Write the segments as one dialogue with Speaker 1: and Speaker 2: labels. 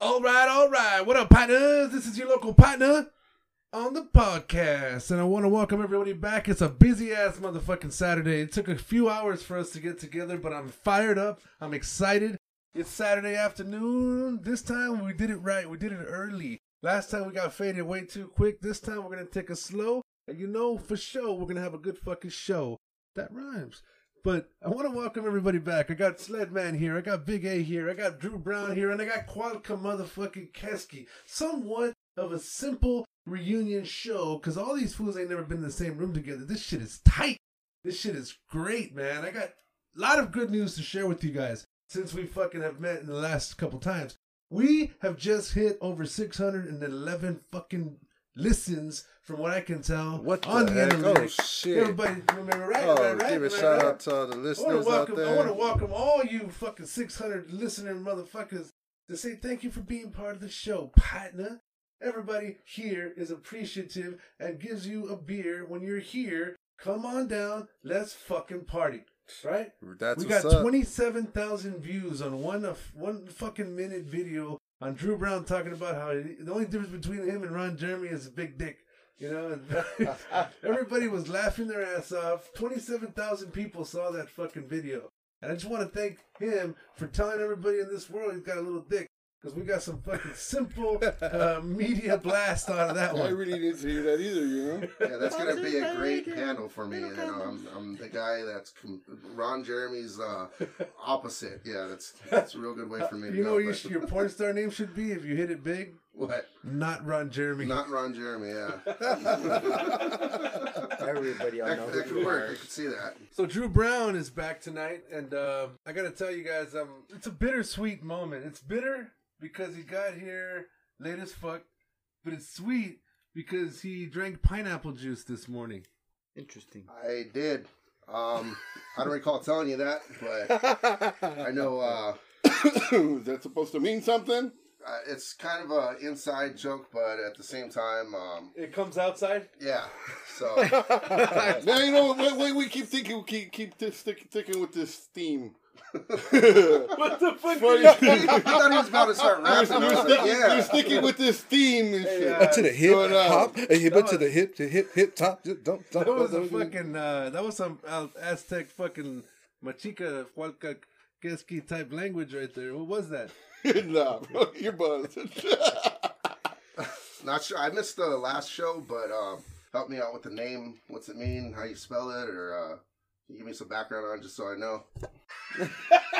Speaker 1: All right, all right. What up, partners? This is your local partner on the podcast, and I want to welcome everybody back. It's a busy ass motherfucking Saturday. It took a few hours for us to get together, but I'm fired up. I'm excited. It's Saturday afternoon. This time we did it right. We did it early. Last time we got faded way too quick. This time we're gonna take it slow, and you know for sure we're gonna have a good fucking show. That rhymes. But I want to welcome everybody back. I got Sledman here. I got Big A here. I got Drew Brown here. And I got Qualcomm motherfucking Kesky. Somewhat of a simple reunion show because all these fools ain't never been in the same room together. This shit is tight. This shit is great, man. I got a lot of good news to share with you guys since we fucking have met in the last couple times. We have just hit over 611 fucking listens from what I can tell
Speaker 2: What the
Speaker 1: on the
Speaker 2: heck?
Speaker 1: internet.
Speaker 2: Oh, shit.
Speaker 1: Everybody, remember, right?
Speaker 2: Oh,
Speaker 1: right, right?
Speaker 2: give a
Speaker 1: Am I
Speaker 2: shout
Speaker 1: right?
Speaker 2: out to all the
Speaker 1: I want
Speaker 2: listeners
Speaker 1: to
Speaker 2: out
Speaker 1: welcome. I want to
Speaker 2: there.
Speaker 1: welcome all you fucking six hundred listener motherfuckers to say thank you for being part of the show, partner. Everybody here is appreciative and gives you a beer when you're here. Come on down, let's fucking party, right?
Speaker 2: That's
Speaker 1: we
Speaker 2: what's
Speaker 1: got
Speaker 2: up.
Speaker 1: 27,000 views on one of one fucking minute video on Drew Brown talking about how he- the only difference between him and Ron Jeremy is a big dick. You know, and everybody was laughing their ass off. 27,000 people saw that fucking video. And I just want to thank him for telling everybody in this world he's got a little dick. Because we got some fucking simple uh, media blast out of that
Speaker 3: Oh, I
Speaker 1: one.
Speaker 3: really didn't hear that either, you know?
Speaker 4: Yeah, that's gonna be a great panel for me. You know, I'm, I'm the guy that's com- Ron Jeremy's uh, opposite. Yeah, that's that's a real good way for me. to
Speaker 1: You know
Speaker 4: go,
Speaker 1: what you
Speaker 4: but-
Speaker 1: sh- your porn star name should be if you hit it big?
Speaker 4: what?
Speaker 1: Not Ron Jeremy.
Speaker 4: Not Ron Jeremy. Yeah,
Speaker 3: Everybody I
Speaker 4: that, that could work. I could see that.
Speaker 1: So Drew Brown is back tonight, and uh, I gotta tell you guys, um, it's a bittersweet moment. It's bitter because he got here late as fuck, but it's sweet because he drank pineapple juice this morning.
Speaker 3: Interesting.
Speaker 4: I did. Um, I don't recall telling you that, but I know uh,
Speaker 3: Is that supposed to mean something?
Speaker 4: uh, it's kind of a inside joke, but at the same time, um,
Speaker 1: It comes outside.
Speaker 4: yeah. So.
Speaker 3: now you know. Wait, wait, we keep thinking. We keep keep t- stick, sticking with this theme. Funny.
Speaker 1: What the fuck?
Speaker 4: I thought he was about to start
Speaker 3: You're,
Speaker 4: rapping. I
Speaker 3: you're
Speaker 4: was like,
Speaker 3: sticking,
Speaker 4: yeah.
Speaker 3: you're sticking with this theme and shit.
Speaker 1: uh,
Speaker 2: Up to the hip
Speaker 3: Going out.
Speaker 2: hop, a hip up to
Speaker 1: was-
Speaker 2: the hip, to hip hip top. Just dump, dump,
Speaker 1: That was a
Speaker 2: dump, dump.
Speaker 1: fucking. Uh, that was some Al- Aztec fucking machica hualcaquesqui type language right there. What was that?
Speaker 3: nah, bro, you're buzzed.
Speaker 4: Not sure. I missed the last show, but um, help me out with the name. What's it mean? How you spell it? Or uh, can you give me some background on it just so I know.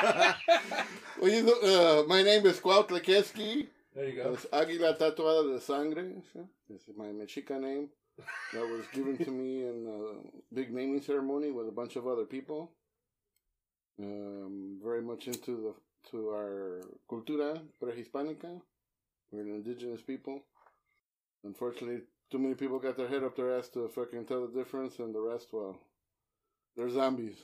Speaker 3: well, you know, uh, my name is Kwauhtlekeski.
Speaker 1: There you
Speaker 3: That was Águila Tatuada de Sangre. This is my Mexica name. That was given to me in a big naming ceremony with a bunch of other people. Um, very much into the to our cultura prehispánica. We're an indigenous people. Unfortunately, too many people got their head up their ass to fucking tell the difference, and the rest, well, they're zombies.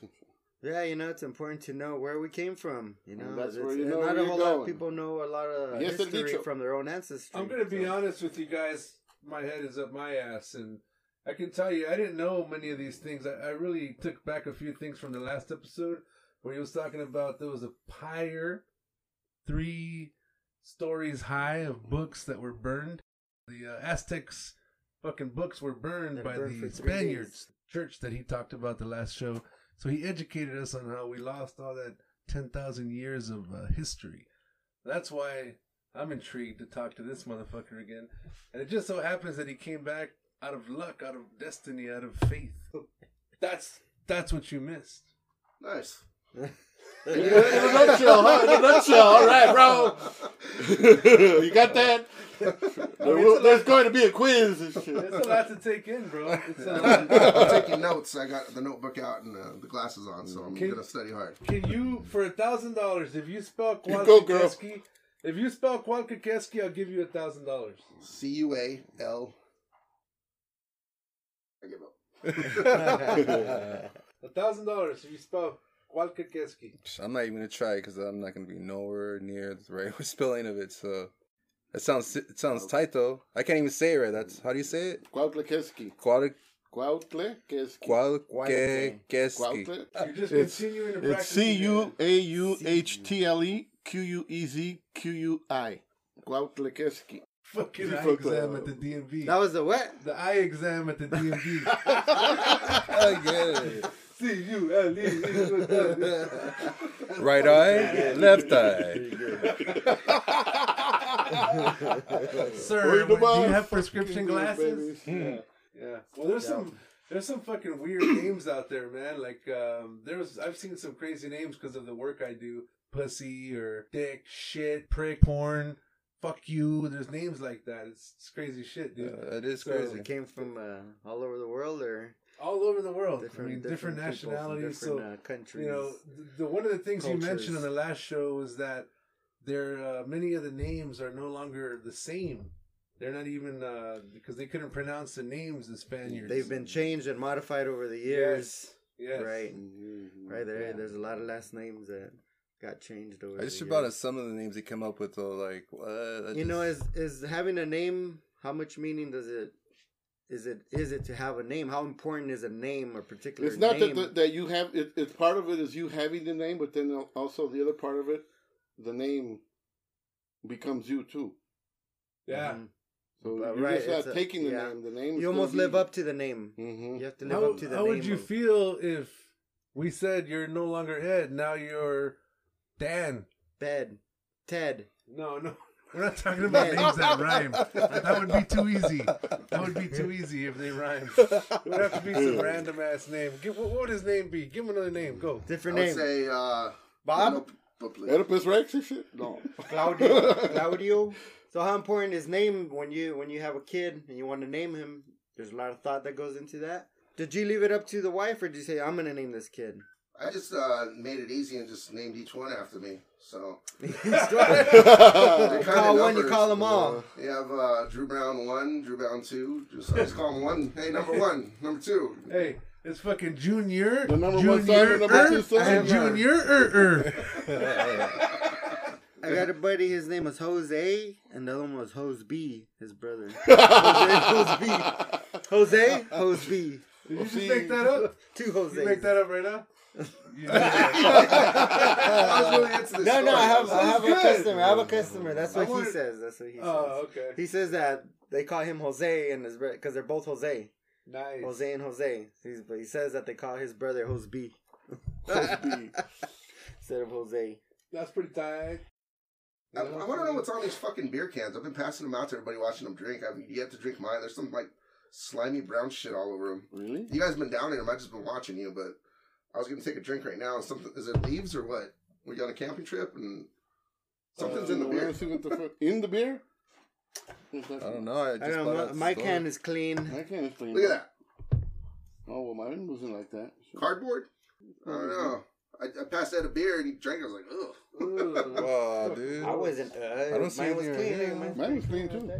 Speaker 5: Yeah, you know, it's important to know where we came from. You know,
Speaker 3: And that's
Speaker 5: It's-
Speaker 3: where you
Speaker 5: and
Speaker 3: know
Speaker 5: not
Speaker 3: where
Speaker 5: a
Speaker 3: you're
Speaker 5: whole lot of
Speaker 3: going.
Speaker 5: people know a lot of
Speaker 3: Yes, el
Speaker 5: history
Speaker 3: dicho.
Speaker 5: from their own ancestry.
Speaker 1: I'm gonna be
Speaker 5: so-
Speaker 1: honest with you guys. My head is up my ass, and I can tell you, I didn't know many of these things. I, I really took back a few things from the last episode where he was talking about there was a pyre three stories high of books that were burned. The uh, Aztecs' fucking books were burned
Speaker 5: They're
Speaker 1: by
Speaker 5: burned
Speaker 1: the
Speaker 5: for three
Speaker 1: Spaniards church that he talked about the last show. So he educated us on how we lost all that ten thousand years of uh, history. That's why I'm intrigued to talk to this motherfucker again. And it just so happens that he came back out of luck, out of destiny, out of faith. That's that's what you missed.
Speaker 4: Nice.
Speaker 3: in a nutshell, huh? In a nutshell. All right, bro. you got that? There will- there's going to be a quiz and shit.
Speaker 1: It's a lot to take in, bro. It's um, a lot.
Speaker 4: I'm taking notes. I got the notebook out and uh, the glasses on, so I'm
Speaker 1: Can-
Speaker 4: gonna study hard.
Speaker 1: Can you, for a thousand dollars, if you spell
Speaker 3: You go, girl.
Speaker 1: Kwalkakeski, if you spell Kwalkakeski, I'll give you a thousand dollars.
Speaker 4: C U A L. I give up.
Speaker 1: A thousand dollars if you spell Kwalkakeski.
Speaker 2: I'm not even gonna try because I'm not gonna be nowhere near the right spelling of it. So
Speaker 6: That sounds it sounds tight though. I can't even say it right. That's how do you say it?
Speaker 3: Cuautlequesqui.
Speaker 6: Qual
Speaker 3: Cuautlequesqui.
Speaker 6: qual que
Speaker 3: Cuautle.
Speaker 1: You're just
Speaker 3: It's-
Speaker 1: continuing to
Speaker 3: It's
Speaker 1: practice.
Speaker 3: C U
Speaker 1: again.
Speaker 3: A U H T L E Q U E Z Q U I. Cuautlequesqui.
Speaker 1: Fucking
Speaker 3: You
Speaker 1: eye
Speaker 3: broke the-
Speaker 1: exam at the DMV.
Speaker 5: That was the what?
Speaker 1: the eye exam at the DMV.
Speaker 6: I get it.
Speaker 1: C U L E.
Speaker 6: Right eye, left eye.
Speaker 1: Sir,
Speaker 3: Read
Speaker 1: do
Speaker 3: the
Speaker 1: you
Speaker 3: bottom.
Speaker 1: have prescription glasses?
Speaker 3: Yeah.
Speaker 1: Yeah. Well, there's some there's some fucking weird names out there, man. Like um, there's I've seen some crazy names because of the work I do. Pussy or dick, shit, prick, porn, fuck you. There's names like that. It's, it's crazy shit, dude.
Speaker 6: Uh, it is
Speaker 1: So-
Speaker 6: crazy.
Speaker 5: It came from uh, all over the world or
Speaker 1: All over the world.
Speaker 5: different,
Speaker 1: I mean, different,
Speaker 5: people from
Speaker 1: nationalities.
Speaker 5: different,
Speaker 1: so
Speaker 5: uh, countries.
Speaker 1: you know, the, the one of the things you mentioned
Speaker 5: cultures.
Speaker 1: on the last show was that there uh, many of the names are no longer the same. They're not even uh, because they couldn't pronounce the names the Spaniards.
Speaker 5: they've been changed and modified over the years.
Speaker 1: yes.
Speaker 5: Right, right. There,
Speaker 1: Yeah.
Speaker 5: there's a lot of last names that got changed over.
Speaker 6: I
Speaker 5: the
Speaker 6: just about
Speaker 5: years.
Speaker 6: as some of the names he come up with though, like what? I
Speaker 5: You know,
Speaker 6: just-
Speaker 5: is is having a name? How much meaning does it? Is it is it to have a name? How important is a name? A particular
Speaker 3: It's not that,
Speaker 5: name?
Speaker 3: that that you have it, it's part of it is you having the name, but then also the other part of it, the name becomes you too.
Speaker 1: Yeah.
Speaker 5: Mhm.
Speaker 3: So
Speaker 5: But
Speaker 3: you're
Speaker 5: right,
Speaker 3: just not
Speaker 5: it's a-
Speaker 3: taking the
Speaker 5: yeah.
Speaker 3: name. The name.
Speaker 5: You almost live up to the name.
Speaker 3: Mm-hmm.
Speaker 5: You have to live
Speaker 1: How,
Speaker 5: up to the
Speaker 1: how
Speaker 5: name.
Speaker 1: would you
Speaker 5: of-
Speaker 1: feel if we said you're no longer Ed, now you're Dan?
Speaker 5: Bed, Ted.
Speaker 1: No, no. We're not talking about names that rhyme. That would be too easy. That would be too easy if they rhyme. It would have to be some random ass name. Give, what would his name be? Give him another name. Go.
Speaker 5: Different
Speaker 4: I would
Speaker 5: name.
Speaker 4: say uh,
Speaker 5: Bob,
Speaker 4: nope, but please.
Speaker 3: Oedipus Rex and shit. No.
Speaker 5: Claudio, Claudio. So how important is name when you when you have a kid and you want to name him? There's a lot of thought that goes into that. Did you leave it up to the wife, or did you say I'm gonna name this kid?
Speaker 4: I just uh, made it easy and just named each one after me. So
Speaker 5: You Uh, call one, you call them
Speaker 3: Uh-huh.
Speaker 5: all.
Speaker 4: You have uh, Drew Brown one, Drew Brown two. Just I just call him one. Hey, number one, number two.
Speaker 1: Hey, it's fucking Junior.
Speaker 3: The number
Speaker 1: junior,
Speaker 3: one son and number two son.
Speaker 1: and Junior. Er, er.
Speaker 5: I got a buddy. His name was Jose, and the other one was Jose B, his brother. Jose, Jose B,
Speaker 1: Did you just make that up?
Speaker 5: two
Speaker 1: You make
Speaker 5: Jose.
Speaker 1: that up right now? You did.
Speaker 4: I was really into this
Speaker 5: No, no,
Speaker 4: story.
Speaker 5: I have,
Speaker 4: So-
Speaker 5: I have a
Speaker 1: good.
Speaker 5: customer. I have a customer. That's
Speaker 1: I
Speaker 5: what he
Speaker 1: wanted-
Speaker 5: says. That's what he says.
Speaker 1: Oh, okay.
Speaker 5: He says that they call him Jose and his because they're both Jose,
Speaker 1: Nice.
Speaker 5: Jose and Jose. He's, but he says that they call his brother Jose B instead of Jose.
Speaker 1: That's pretty tight.
Speaker 4: I, I want to know what's on these fucking beer cans. I've been passing them out to everybody, watching them drink. I've yet to drink mine. There's some like slimy brown shit all over them.
Speaker 3: really?
Speaker 4: You guys have been downing them. I've just been watching you, but I was gonna take a drink right now. Something is it leaves or what? We got a camping trip and something's in the
Speaker 3: Uh,
Speaker 4: beer.
Speaker 3: wanna see what the fuck- In the beer?
Speaker 6: I don't know. I just
Speaker 5: I don't
Speaker 6: bought it
Speaker 5: know.
Speaker 6: at the
Speaker 5: My, my
Speaker 6: store.
Speaker 5: can is clean.
Speaker 3: I can't clean
Speaker 4: Look at
Speaker 3: it.
Speaker 4: that
Speaker 3: Oh well, mine wasn't like that.
Speaker 4: cardboard. I don't know. I, I passed out a beer and he drank. it. I was like, ugh.
Speaker 6: Wow, dude.
Speaker 5: I wasn't. Uh,
Speaker 6: I don't see
Speaker 5: mine was
Speaker 6: anything
Speaker 5: clean.
Speaker 6: right here.
Speaker 5: Look at mine.
Speaker 3: Mine was clean too. And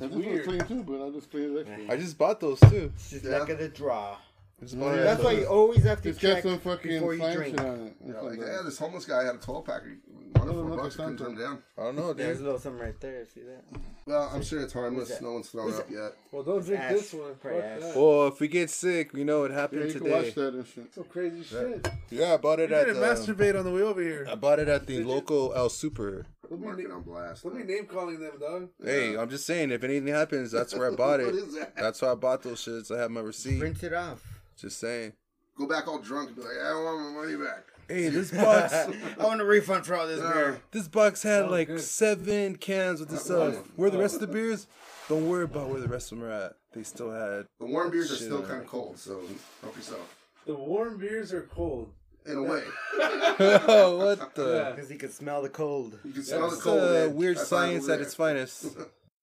Speaker 3: this
Speaker 1: weird.
Speaker 3: was clean too, but I just cleaned it extra.
Speaker 6: I just bought those too.
Speaker 5: It's just
Speaker 4: Yeah.
Speaker 5: luck of the draw.
Speaker 6: I just bought it at
Speaker 5: That's
Speaker 6: the-
Speaker 5: why you always have to
Speaker 3: It's got
Speaker 5: check
Speaker 3: some fucking
Speaker 5: before you
Speaker 3: slime
Speaker 5: drink.
Speaker 3: shit on it.
Speaker 4: Yeah,
Speaker 3: It's
Speaker 4: like,
Speaker 3: like
Speaker 4: yeah,
Speaker 3: that.
Speaker 4: this homeless guy had a 12 pack. He wanted
Speaker 3: Oh,
Speaker 4: four
Speaker 3: look,
Speaker 4: bucks.
Speaker 3: it's
Speaker 4: Couldn't turn
Speaker 3: something.
Speaker 4: him down.
Speaker 6: I don't know,
Speaker 5: There's
Speaker 6: dude.
Speaker 5: a little something right there. See that?
Speaker 4: Well, I'm sure it's harmless.
Speaker 5: Who's that?
Speaker 4: No one's thrown
Speaker 5: Who's
Speaker 4: up yet.
Speaker 1: Well, don't drink
Speaker 5: Ass.
Speaker 1: this one. Fuck
Speaker 5: Probably ass.
Speaker 1: that.
Speaker 6: Well, if we get sick, we know it
Speaker 3: Yeah,
Speaker 6: happened
Speaker 3: you can watch
Speaker 6: today.
Speaker 3: that and shit.
Speaker 1: Some crazy shit.
Speaker 6: Yeah, I bought it
Speaker 1: You
Speaker 6: at
Speaker 1: didn't
Speaker 5: um,
Speaker 6: the.
Speaker 1: masturbate on the way over here.
Speaker 6: I bought it at the local El Super.
Speaker 1: Let me,
Speaker 4: Market
Speaker 1: na-
Speaker 4: on blast.
Speaker 1: let me name calling them, dog.
Speaker 6: Hey, I'm just saying, if anything happens, that's where I bought
Speaker 4: What
Speaker 6: it.
Speaker 4: is that?
Speaker 6: That's why I bought those shits. I have my receipt.
Speaker 5: Print it off.
Speaker 6: Just saying.
Speaker 4: Go back all drunk and be like, I don't want my money back.
Speaker 6: Hey, this box,
Speaker 5: I want a refund for all this beer.
Speaker 6: this box had like
Speaker 1: good.
Speaker 6: seven cans with the stuff. Where the rest of the beers? Don't worry about where the rest of them are at. They still had.
Speaker 4: The warm beers are
Speaker 6: Shit.
Speaker 4: still kind of cold, so help yourself.
Speaker 1: The warm beers are cold.
Speaker 4: In a way,
Speaker 6: what the?
Speaker 5: Because he could smell the cold.
Speaker 4: you can smell the
Speaker 6: It's
Speaker 4: cold.
Speaker 6: uh,
Speaker 4: man.
Speaker 6: weird
Speaker 4: That's why I'm
Speaker 6: science
Speaker 4: over
Speaker 6: at
Speaker 4: there.
Speaker 6: its finest.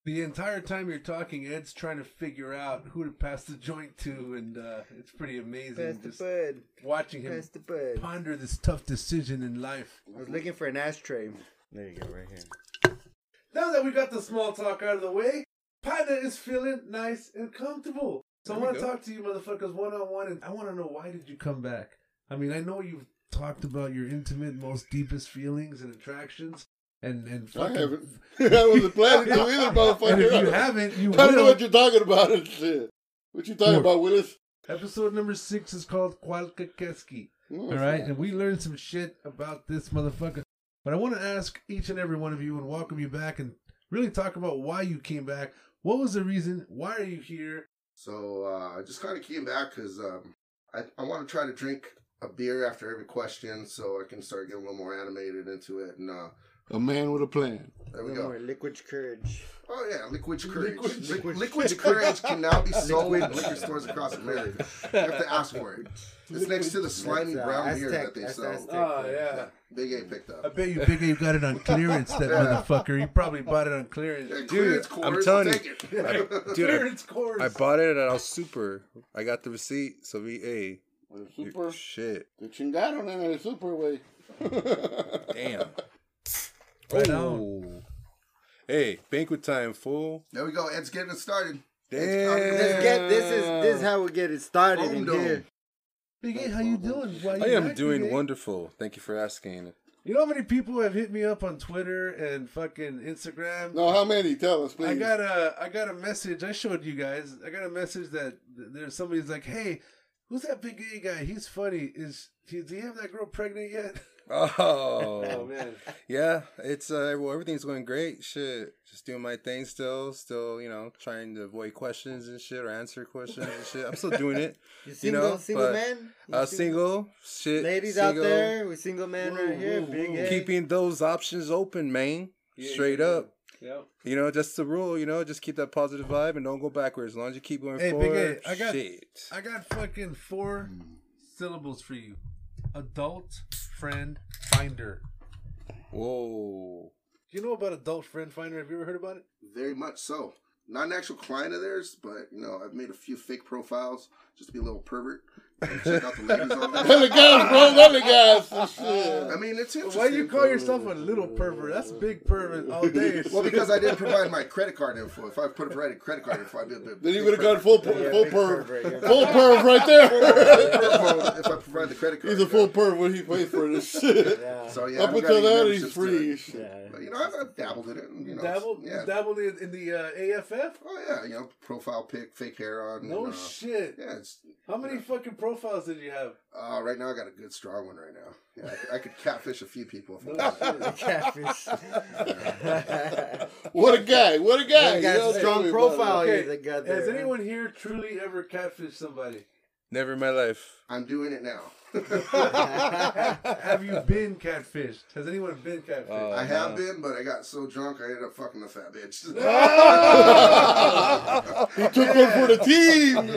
Speaker 1: The entire time you're talking, Ed's trying to figure out who to pass the joint to, and uh, it's pretty
Speaker 5: Pass
Speaker 1: amazing
Speaker 5: the
Speaker 1: just
Speaker 5: bud.
Speaker 1: watching him
Speaker 5: Pass the bud.
Speaker 1: ponder this tough decision in life.
Speaker 5: I was looking for an ashtray. There you go, right here.
Speaker 1: Now that we got the small talk out of the way, Pina is feeling nice and comfortable. So I
Speaker 6: There we
Speaker 1: want to
Speaker 6: go.
Speaker 1: talk to you motherfuckers one on one, and I want to know why did you come back? I mean, I know you've talked about your intimate, most deepest feelings and attractions, And and
Speaker 3: I
Speaker 1: fucking,
Speaker 3: haven't. I wasn't planning to either,
Speaker 1: and if
Speaker 3: motherfucker.
Speaker 1: you haven't, you
Speaker 3: I don't know
Speaker 1: will.
Speaker 3: what you're talking about and shit. What you talking
Speaker 1: Look.
Speaker 3: about, Willis?
Speaker 1: Episode number six is called Qualcakeski.
Speaker 3: No,
Speaker 1: All
Speaker 3: it's
Speaker 1: right,
Speaker 3: not.
Speaker 1: and we learned some shit about this motherfucker. But I want to ask each and every one of you and welcome you back and really talk about why you came back. What was the reason? Why are you here?
Speaker 4: So uh, I just kind of came back because um, I, I want to try to drink a beer after every question so I can start getting a little more animated into it. And uh,
Speaker 3: A man with a plan.
Speaker 4: there we
Speaker 5: No
Speaker 4: go.
Speaker 5: more liquid courage.
Speaker 4: Oh yeah, liquid courage.
Speaker 3: Liquid-
Speaker 4: Liquid, liquid courage can now be sold in liquor stores across America. You have to ask for it. It's next to the slimy
Speaker 5: That's, uh,
Speaker 4: brown beer
Speaker 5: Aztec-
Speaker 4: that they
Speaker 5: that's
Speaker 4: sell.
Speaker 5: Aztec.
Speaker 6: Oh, yeah.
Speaker 4: Yeah, Big A picked
Speaker 6: Uh,
Speaker 4: up.
Speaker 1: I bet you Big A got it on clearance, that motherfucker. He probably bought it on
Speaker 4: Yeah,
Speaker 1: clearance.
Speaker 4: clearance
Speaker 6: I'm
Speaker 4: corners,
Speaker 6: telling
Speaker 4: take
Speaker 6: you.
Speaker 4: it.
Speaker 6: Dude, I-
Speaker 1: Clearance course.
Speaker 6: I bought it at El Super. I got the receipt. So VA,
Speaker 3: With a
Speaker 6: you're-
Speaker 3: super.
Speaker 6: shit,
Speaker 3: The chingaron in a super way.
Speaker 6: damn.
Speaker 1: Right
Speaker 6: oh, hey, banquet time, fool.
Speaker 4: There we go. Ed's getting it started.
Speaker 6: Damn.
Speaker 5: Let's get this is this is how we get it started
Speaker 4: Boom,
Speaker 5: in
Speaker 4: dome.
Speaker 5: here.
Speaker 1: Big A, how you doing? Why you
Speaker 6: I am
Speaker 1: back,
Speaker 6: doing
Speaker 1: Big A?
Speaker 6: wonderful. Thank you for asking.
Speaker 1: You know how many people have hit me up on Twitter and fucking Instagram?
Speaker 3: no, how many? Tell us, please.
Speaker 1: I got a I got a message. I showed you guys. I got a message that th- there's somebody's like, "Hey, who's that big gay guy? He's funny. Is he, do you have that girl pregnant yet?"
Speaker 6: Oh,
Speaker 1: Oh man,
Speaker 6: Yeah, it's uh, well, everything's going great. Shit, just doing my thing still, still, you know, trying to avoid questions and shit or answer questions and shit. I'm still doing it.
Speaker 5: You
Speaker 6: You
Speaker 5: single,
Speaker 6: know,
Speaker 5: single
Speaker 6: but,
Speaker 5: man? You
Speaker 6: Uh, single, shit,
Speaker 5: Ladies
Speaker 6: single,
Speaker 5: out there, we single man right here. Big A.
Speaker 6: keeping those options open, man.
Speaker 1: Yeah,
Speaker 6: Straight
Speaker 1: yeah, yeah.
Speaker 6: up, you know, that's the rule. You know, just keep that positive vibe and don't go backwards. As long as you keep going
Speaker 1: Hey, Big A,
Speaker 6: forward,
Speaker 1: I got-
Speaker 6: shit.
Speaker 1: I got fucking four syllables for you: adult friend finder.
Speaker 6: Whoa,
Speaker 1: Do you know about adult friend finder? Have you ever heard about it?
Speaker 4: Very much so. Not an actual client of theirs, but you know, I've made a few fake profiles just to be a little pervert. And check out the ladies on there.
Speaker 3: Hella guys, bro. Hella guys. and Oh, shit.
Speaker 4: I mean, it's interesting.
Speaker 1: Why do you call yourself a little pervert? That's big pervert all day.
Speaker 4: Well, because I didn't provide my credit card info. If I put a provided credit card info, I'd be a bit.
Speaker 3: Then you would have gone full, per-
Speaker 5: Yeah,
Speaker 3: full
Speaker 5: big
Speaker 3: perv.
Speaker 5: pervert, yeah.
Speaker 3: Full perv right there.
Speaker 4: if I provide the credit card.
Speaker 3: He's a full perv when he pays for this shit.
Speaker 5: Yeah.
Speaker 4: So yeah, I
Speaker 3: Up
Speaker 4: haven't got
Speaker 3: until
Speaker 4: any
Speaker 3: that, he's
Speaker 4: memberships to
Speaker 3: free.
Speaker 4: it.
Speaker 3: and shit.
Speaker 5: Yeah.
Speaker 4: But, you know, I've, I've dabbled in it. and, You know,
Speaker 1: Dabbled,
Speaker 4: Yeah.
Speaker 1: dabbled in, in the uh, AFF.
Speaker 4: oh yeah, you know, profile pic, fake hair on.
Speaker 1: No
Speaker 4: and, uh,
Speaker 1: shit.
Speaker 4: Yeah, it's
Speaker 1: How many fucking profiles did you have?
Speaker 4: uh, right now. I got a good strong one right now. Yeah, I, I could catfish a few people if I
Speaker 1: No
Speaker 4: wanted.
Speaker 1: shit.
Speaker 5: Catfish.
Speaker 3: What a guy. What a guy.
Speaker 5: That guy's
Speaker 3: You know,
Speaker 5: strong
Speaker 3: tell me about
Speaker 5: profile.
Speaker 3: it.
Speaker 5: Okay, they got
Speaker 1: Has
Speaker 5: there,
Speaker 1: anyone here truly ever catfished somebody?
Speaker 6: never in my life.
Speaker 4: I'm doing it now.
Speaker 1: Have you been catfished? Has anyone been catfished?
Speaker 6: Oh,
Speaker 4: I
Speaker 6: no.
Speaker 4: have been, but I got so drunk I ended up fucking a fat bitch.
Speaker 3: He took one for the team.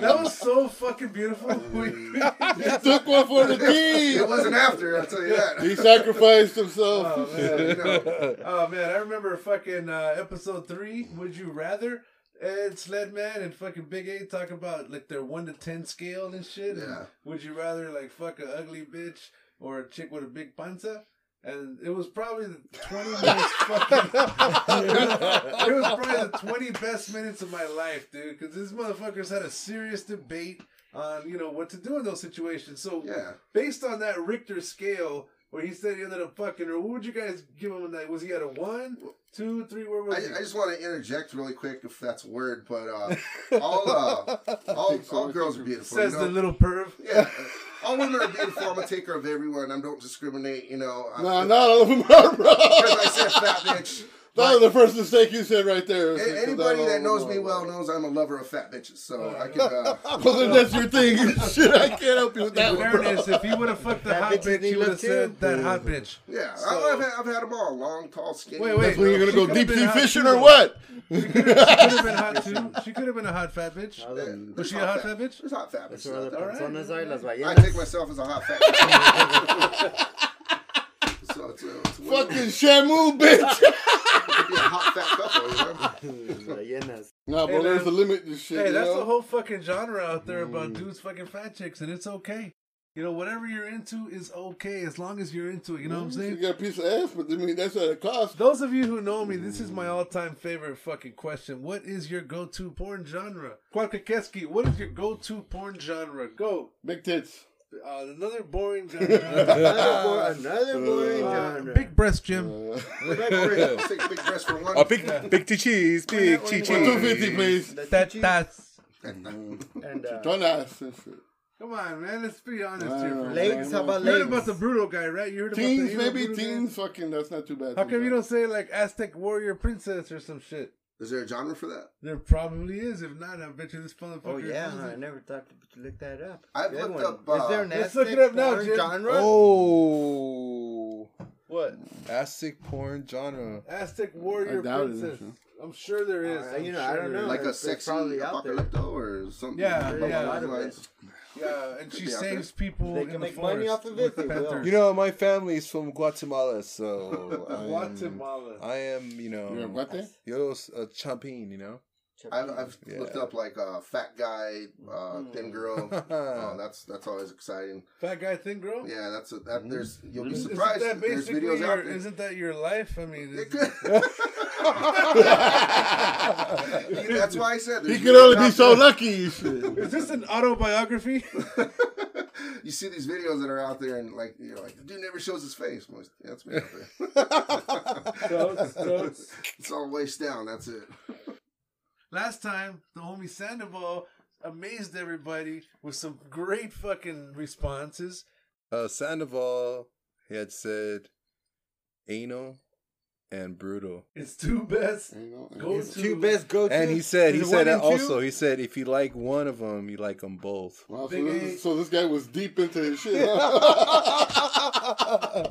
Speaker 1: that was so fucking beautiful. We-
Speaker 3: He took one for the
Speaker 4: it
Speaker 3: team.
Speaker 4: wasn't after, I'll tell you
Speaker 3: He
Speaker 4: that.
Speaker 3: sacrificed himself.
Speaker 4: Oh, You know,
Speaker 1: oh man, I remember fucking uh, episode three. Would you rather? Ed Sledman and fucking Big A talking about like their one to ten scale and shit. and
Speaker 4: Yeah.
Speaker 1: Would you rather like fuck a ugly bitch or a chick with a big panza? And it was probably the twenty minutes fucking. it was probably the twenty best minutes of my life, dude. Because these motherfuckers had a serious debate on you know what to do in those situations. So
Speaker 4: Yeah.
Speaker 1: based on that Richter scale where he said he ended up fucking her, what would you guys give him on that? Was he at a one, two, three? Where was
Speaker 4: I,
Speaker 1: he?
Speaker 4: I just want to interject really quick, if that's a word, but uh, all uh, all, all girls are beautiful.
Speaker 1: Says
Speaker 4: you
Speaker 1: the
Speaker 4: know?
Speaker 1: little perv.
Speaker 4: yeah, uh, all women are beautiful. I'm a taker of everyone. I don't discriminate. You know, I,
Speaker 3: Nah, not all of them are, bro.
Speaker 4: because I said fat bitch.
Speaker 3: That was the first mistake you said right there.
Speaker 4: A- Anybody that knows me well knows I'm a lover of fat bitches. So I can. Uh,
Speaker 3: Well, then that's your thing. Shit, I can't help you with that
Speaker 1: In
Speaker 3: one. bro.
Speaker 1: fairness, if he would have fucked the
Speaker 5: That
Speaker 1: hot
Speaker 5: bitch
Speaker 1: bitch,
Speaker 5: didn't
Speaker 1: he would have
Speaker 5: love
Speaker 1: said
Speaker 5: too.
Speaker 1: that hot bitch.
Speaker 4: yeah,
Speaker 1: So-
Speaker 4: I, I've, had, I've had them all. Long, tall, skinny.
Speaker 1: Wait, wait.
Speaker 3: That's when you're gonna go
Speaker 1: She
Speaker 3: deep
Speaker 1: could've
Speaker 3: sea
Speaker 1: been
Speaker 3: fishing
Speaker 1: out-
Speaker 3: or what?
Speaker 1: She could have been hot too. She could have been a hot fat bitch.
Speaker 5: Other than-
Speaker 1: Was she a hot fat bitch?
Speaker 4: She's hot fat
Speaker 5: That's
Speaker 4: bitch.
Speaker 5: where the
Speaker 4: out there.
Speaker 5: personas are, las
Speaker 4: I
Speaker 5: ballenas.
Speaker 4: take myself as a hot fat bitch. so it's, uh, it's women
Speaker 3: Fucking Shamu, bitch.
Speaker 4: could be a hot fat couple, you know?
Speaker 5: Ballenas.
Speaker 3: nah, bro,
Speaker 1: Hey,
Speaker 3: there's
Speaker 1: man.
Speaker 3: a limit to shit.
Speaker 1: Hey,
Speaker 3: you Mm.
Speaker 1: that's
Speaker 3: know?
Speaker 1: the whole fucking genre out there about dudes fucking fat chicks, and it's okay. You know, whatever you're into is okay as long as you're into it. You know what I'm saying?
Speaker 3: You got a piece of ass, but I mean, that's at a cost.
Speaker 1: Those of you who know me, this is my all-time favorite fucking question. What is your go-to porn genre? Kwakakeski, what is your go-to porn genre? Go.
Speaker 3: Big tits.
Speaker 1: Uh, another boring genre.
Speaker 5: Another, bo- another boring
Speaker 1: Uh,
Speaker 5: genre.
Speaker 1: big breast, Jim.
Speaker 3: Uh,
Speaker 4: I'll take Oh, big breast for one.
Speaker 6: A big, big two cheese, big
Speaker 4: that
Speaker 6: two
Speaker 4: one.
Speaker 6: cheese.
Speaker 4: For
Speaker 3: Two fifty, please.
Speaker 5: The
Speaker 1: That
Speaker 5: cheese
Speaker 1: that's.
Speaker 4: And, uh,
Speaker 5: and uh,
Speaker 3: Don't ask.
Speaker 1: Come on, man. Let's be honest
Speaker 3: I
Speaker 1: here.
Speaker 3: don't
Speaker 1: for a
Speaker 3: know.
Speaker 1: minute.
Speaker 5: legs. How about
Speaker 1: You heard about
Speaker 5: legs?
Speaker 1: the brutal guy, right? You heard about the
Speaker 3: Teens,
Speaker 1: you know,
Speaker 3: maybe
Speaker 1: brutal guy?
Speaker 3: teens. Fucking, that's not too bad.
Speaker 1: How come you
Speaker 3: sometimes.
Speaker 1: don't say like Aztec warrior princess or some shit?
Speaker 4: is there a genre for that?
Speaker 1: There probably is. If not, I bet you this motherfucker.
Speaker 5: Oh yeah,
Speaker 1: knows
Speaker 5: huh? I
Speaker 1: it.
Speaker 5: never thought to look that up.
Speaker 4: I've
Speaker 5: Good
Speaker 4: looked
Speaker 5: one.
Speaker 4: up, uh,
Speaker 5: Is there an
Speaker 1: let's look
Speaker 5: Aztec
Speaker 1: it up now,
Speaker 5: porn
Speaker 1: Jim.
Speaker 5: genre?
Speaker 6: Oh,
Speaker 1: What?
Speaker 6: Aztec porn genre.
Speaker 1: Aztec warrior
Speaker 3: I doubt it,
Speaker 1: princess.
Speaker 3: isn't
Speaker 1: I'm sure there is.
Speaker 5: Uh,
Speaker 1: I'm
Speaker 5: you know,
Speaker 1: sure
Speaker 5: I don't
Speaker 1: there
Speaker 5: know.
Speaker 1: is.
Speaker 4: Like a
Speaker 5: That's- that's
Speaker 4: sexy
Speaker 5: probably out there.
Speaker 4: apocalypto or something?
Speaker 1: Yeah,
Speaker 4: along
Speaker 1: yeah.
Speaker 4: those lines?
Speaker 1: Yeah, and she
Speaker 4: be out
Speaker 1: saves people.
Speaker 5: They
Speaker 1: in
Speaker 5: can
Speaker 1: the
Speaker 5: make money
Speaker 1: forest
Speaker 5: off of it,
Speaker 1: with
Speaker 5: they will.
Speaker 1: panthers.
Speaker 6: You know, my family's from Guatemala, so I am,
Speaker 1: Guatemala.
Speaker 6: I am, you
Speaker 3: You're a
Speaker 6: know,
Speaker 3: guate?
Speaker 6: yo, a champín, you know.
Speaker 4: I've, I've looked
Speaker 6: Yeah.
Speaker 4: up like uh, fat guy,
Speaker 5: Hmm.
Speaker 4: uh, thin girl. oh, that's that's always exciting.
Speaker 1: Fat guy, thin girl.
Speaker 4: Yeah, that's a,
Speaker 5: Hmm.
Speaker 4: that. There's you'll be
Speaker 1: Is-
Speaker 4: surprised.
Speaker 1: Isn't that
Speaker 4: there's
Speaker 1: basically
Speaker 4: videos
Speaker 1: your,
Speaker 4: out there.
Speaker 1: Isn't that your life? I mean,
Speaker 4: It
Speaker 1: is-
Speaker 4: could- that's why I said
Speaker 3: He
Speaker 4: there's
Speaker 3: could only
Speaker 4: videos
Speaker 3: be
Speaker 4: out
Speaker 3: so
Speaker 4: there.
Speaker 3: lucky. Shit.
Speaker 1: is this an autobiography?
Speaker 4: you see these videos that are out there, and like you're like, the dude never shows his face. Well, That's me out there.
Speaker 1: Totes, totes.
Speaker 4: It's all waist down. That's it.
Speaker 1: Last time, the homie Sandoval amazed everybody with some great fucking responses.
Speaker 6: Uh, Sandoval, he had said, anal and brutal.
Speaker 1: It's two best.
Speaker 3: You know,
Speaker 1: Go
Speaker 5: His
Speaker 1: to
Speaker 5: two best go to.
Speaker 6: And he said, he
Speaker 5: Is it one
Speaker 6: said that
Speaker 5: and two?
Speaker 6: also, he said, if you like one of them, you like them both.
Speaker 3: Wow, so
Speaker 1: Big
Speaker 3: this,
Speaker 1: eight.
Speaker 3: so this guy was deep into his shit. huh?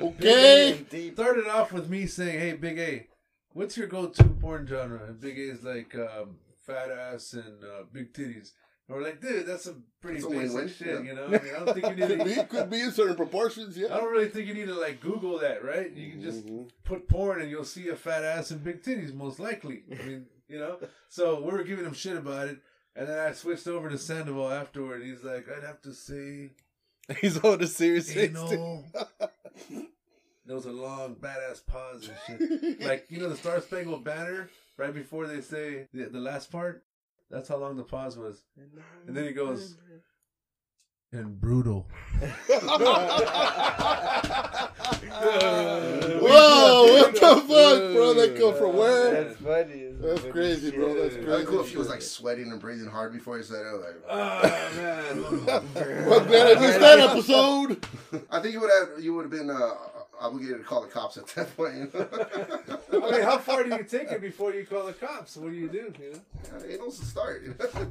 Speaker 3: okay.
Speaker 5: deep.
Speaker 1: Started off with me saying, "Hey, Big A, what's your go-to porn genre?" And Big A's like um, fat ass and uh, big titties. And we're like, dude, that's some pretty
Speaker 4: That's a win-win,
Speaker 1: basic shit,
Speaker 4: yeah.
Speaker 1: you know. I, mean, I don't think you need
Speaker 3: Could be,
Speaker 1: to.
Speaker 3: could be in certain proportions,
Speaker 1: I
Speaker 3: yeah.
Speaker 1: don't really think you need to like Google that, right? You can just
Speaker 3: Mhm.
Speaker 1: put porn and you'll see a fat ass and big titties, most likely. I mean, you know? So we were giving him shit about it. And then I switched over to Sandoval afterward. He's like, I'd have to say,
Speaker 6: He's on the serious
Speaker 1: you
Speaker 6: face.
Speaker 1: know. There was a long badass pause and shit. like, you know, the Star Spangled Banner, right before they say the, the last part? That's how long the pause was. And then he goes, and brutal.
Speaker 3: Ah. Whoa, what the fuck, bro? That come from where?
Speaker 5: That's funny.
Speaker 3: That's crazy, bro. That's
Speaker 4: It'd be
Speaker 3: crazy.
Speaker 4: cool if he was like sweating and breathing hard before he said it. Like,
Speaker 1: Oh, man.
Speaker 3: What better than that episode?
Speaker 4: I think you would have you would have been uh, obligated to call the cops at that point. You know?
Speaker 1: I mean, how far do you take it before you call the cops? What do you do? You know?
Speaker 4: Anal's the start. you know?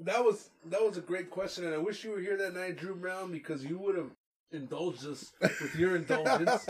Speaker 1: That was that was a great question, and I wish you were here that night, Drew Brown, because you would have indulged us with your indulgence,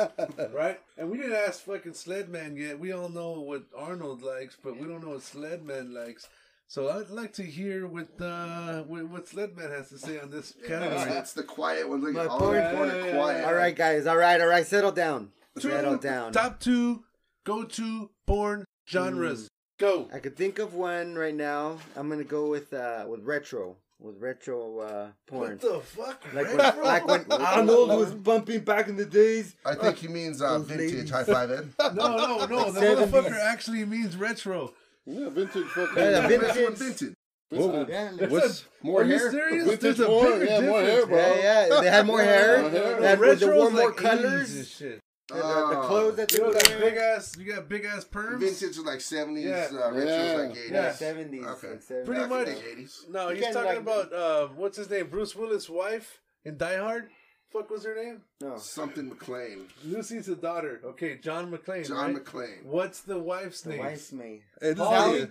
Speaker 1: right? And we didn't ask fucking Sledman yet. We all know what Arnold likes, but we don't know what Sledman likes. So I'd like to hear what uh, what, what Sledman has to say on this
Speaker 4: it's,
Speaker 1: category.
Speaker 4: it's the quiet one. Look,
Speaker 5: My
Speaker 4: all
Speaker 5: point-
Speaker 4: the corner quiet.
Speaker 5: All right, guys. All right, all right. Settle down. Settle down.
Speaker 1: Top two go-to porn genres. Go.
Speaker 5: I could think of one right now. I'm gonna go with uh with retro, with retro uh porn.
Speaker 1: What the fuck?
Speaker 5: Like when,
Speaker 1: Retro?
Speaker 5: like when Arnold was bumping back in the days.
Speaker 4: I think he means uh,
Speaker 5: Those
Speaker 4: vintage
Speaker 5: ladies.
Speaker 4: high five Ed.
Speaker 1: No, no, no. The
Speaker 5: 70s.
Speaker 1: motherfucker actually means retro.
Speaker 3: Yeah, vintage fucking.
Speaker 5: Yeah, yeah,
Speaker 4: That's what
Speaker 5: vintage.
Speaker 4: vintage.
Speaker 3: vintage.
Speaker 6: What's
Speaker 1: Are you serious?
Speaker 3: Vintage
Speaker 1: There's a
Speaker 3: porn,
Speaker 1: bigger
Speaker 3: yeah, more hair,
Speaker 1: difference.
Speaker 3: bro.
Speaker 5: Yeah, yeah. They had more hair.
Speaker 3: Yeah, yeah.
Speaker 5: They had more, they
Speaker 1: Retro's
Speaker 5: wore more
Speaker 1: like 80s and
Speaker 5: colors.
Speaker 1: shit.
Speaker 5: The, the clothes that they
Speaker 1: You know
Speaker 5: were
Speaker 1: that big
Speaker 5: wearing.
Speaker 1: ass. You got big ass perms.
Speaker 4: Vintage is like 70s,
Speaker 1: Yeah.
Speaker 4: uh, retro is like 80s.
Speaker 1: Yeah.
Speaker 5: Like 70s.
Speaker 4: Okay.
Speaker 5: Like 70s.
Speaker 1: Pretty
Speaker 4: I
Speaker 1: much.
Speaker 4: think 80s.
Speaker 1: No,
Speaker 5: You
Speaker 1: he's
Speaker 5: can't,
Speaker 1: talking
Speaker 5: like-
Speaker 1: about uh, what's his name? Bruce Willis' wife in Die Hard. Fuck was her name?
Speaker 5: No.
Speaker 4: Something McLean.
Speaker 1: Lucy's the daughter. Okay, John McClane.
Speaker 4: John
Speaker 1: right?
Speaker 4: McLean.
Speaker 1: What's the wife's name?
Speaker 5: Wife's me.
Speaker 6: Hey, this is-
Speaker 5: Holly.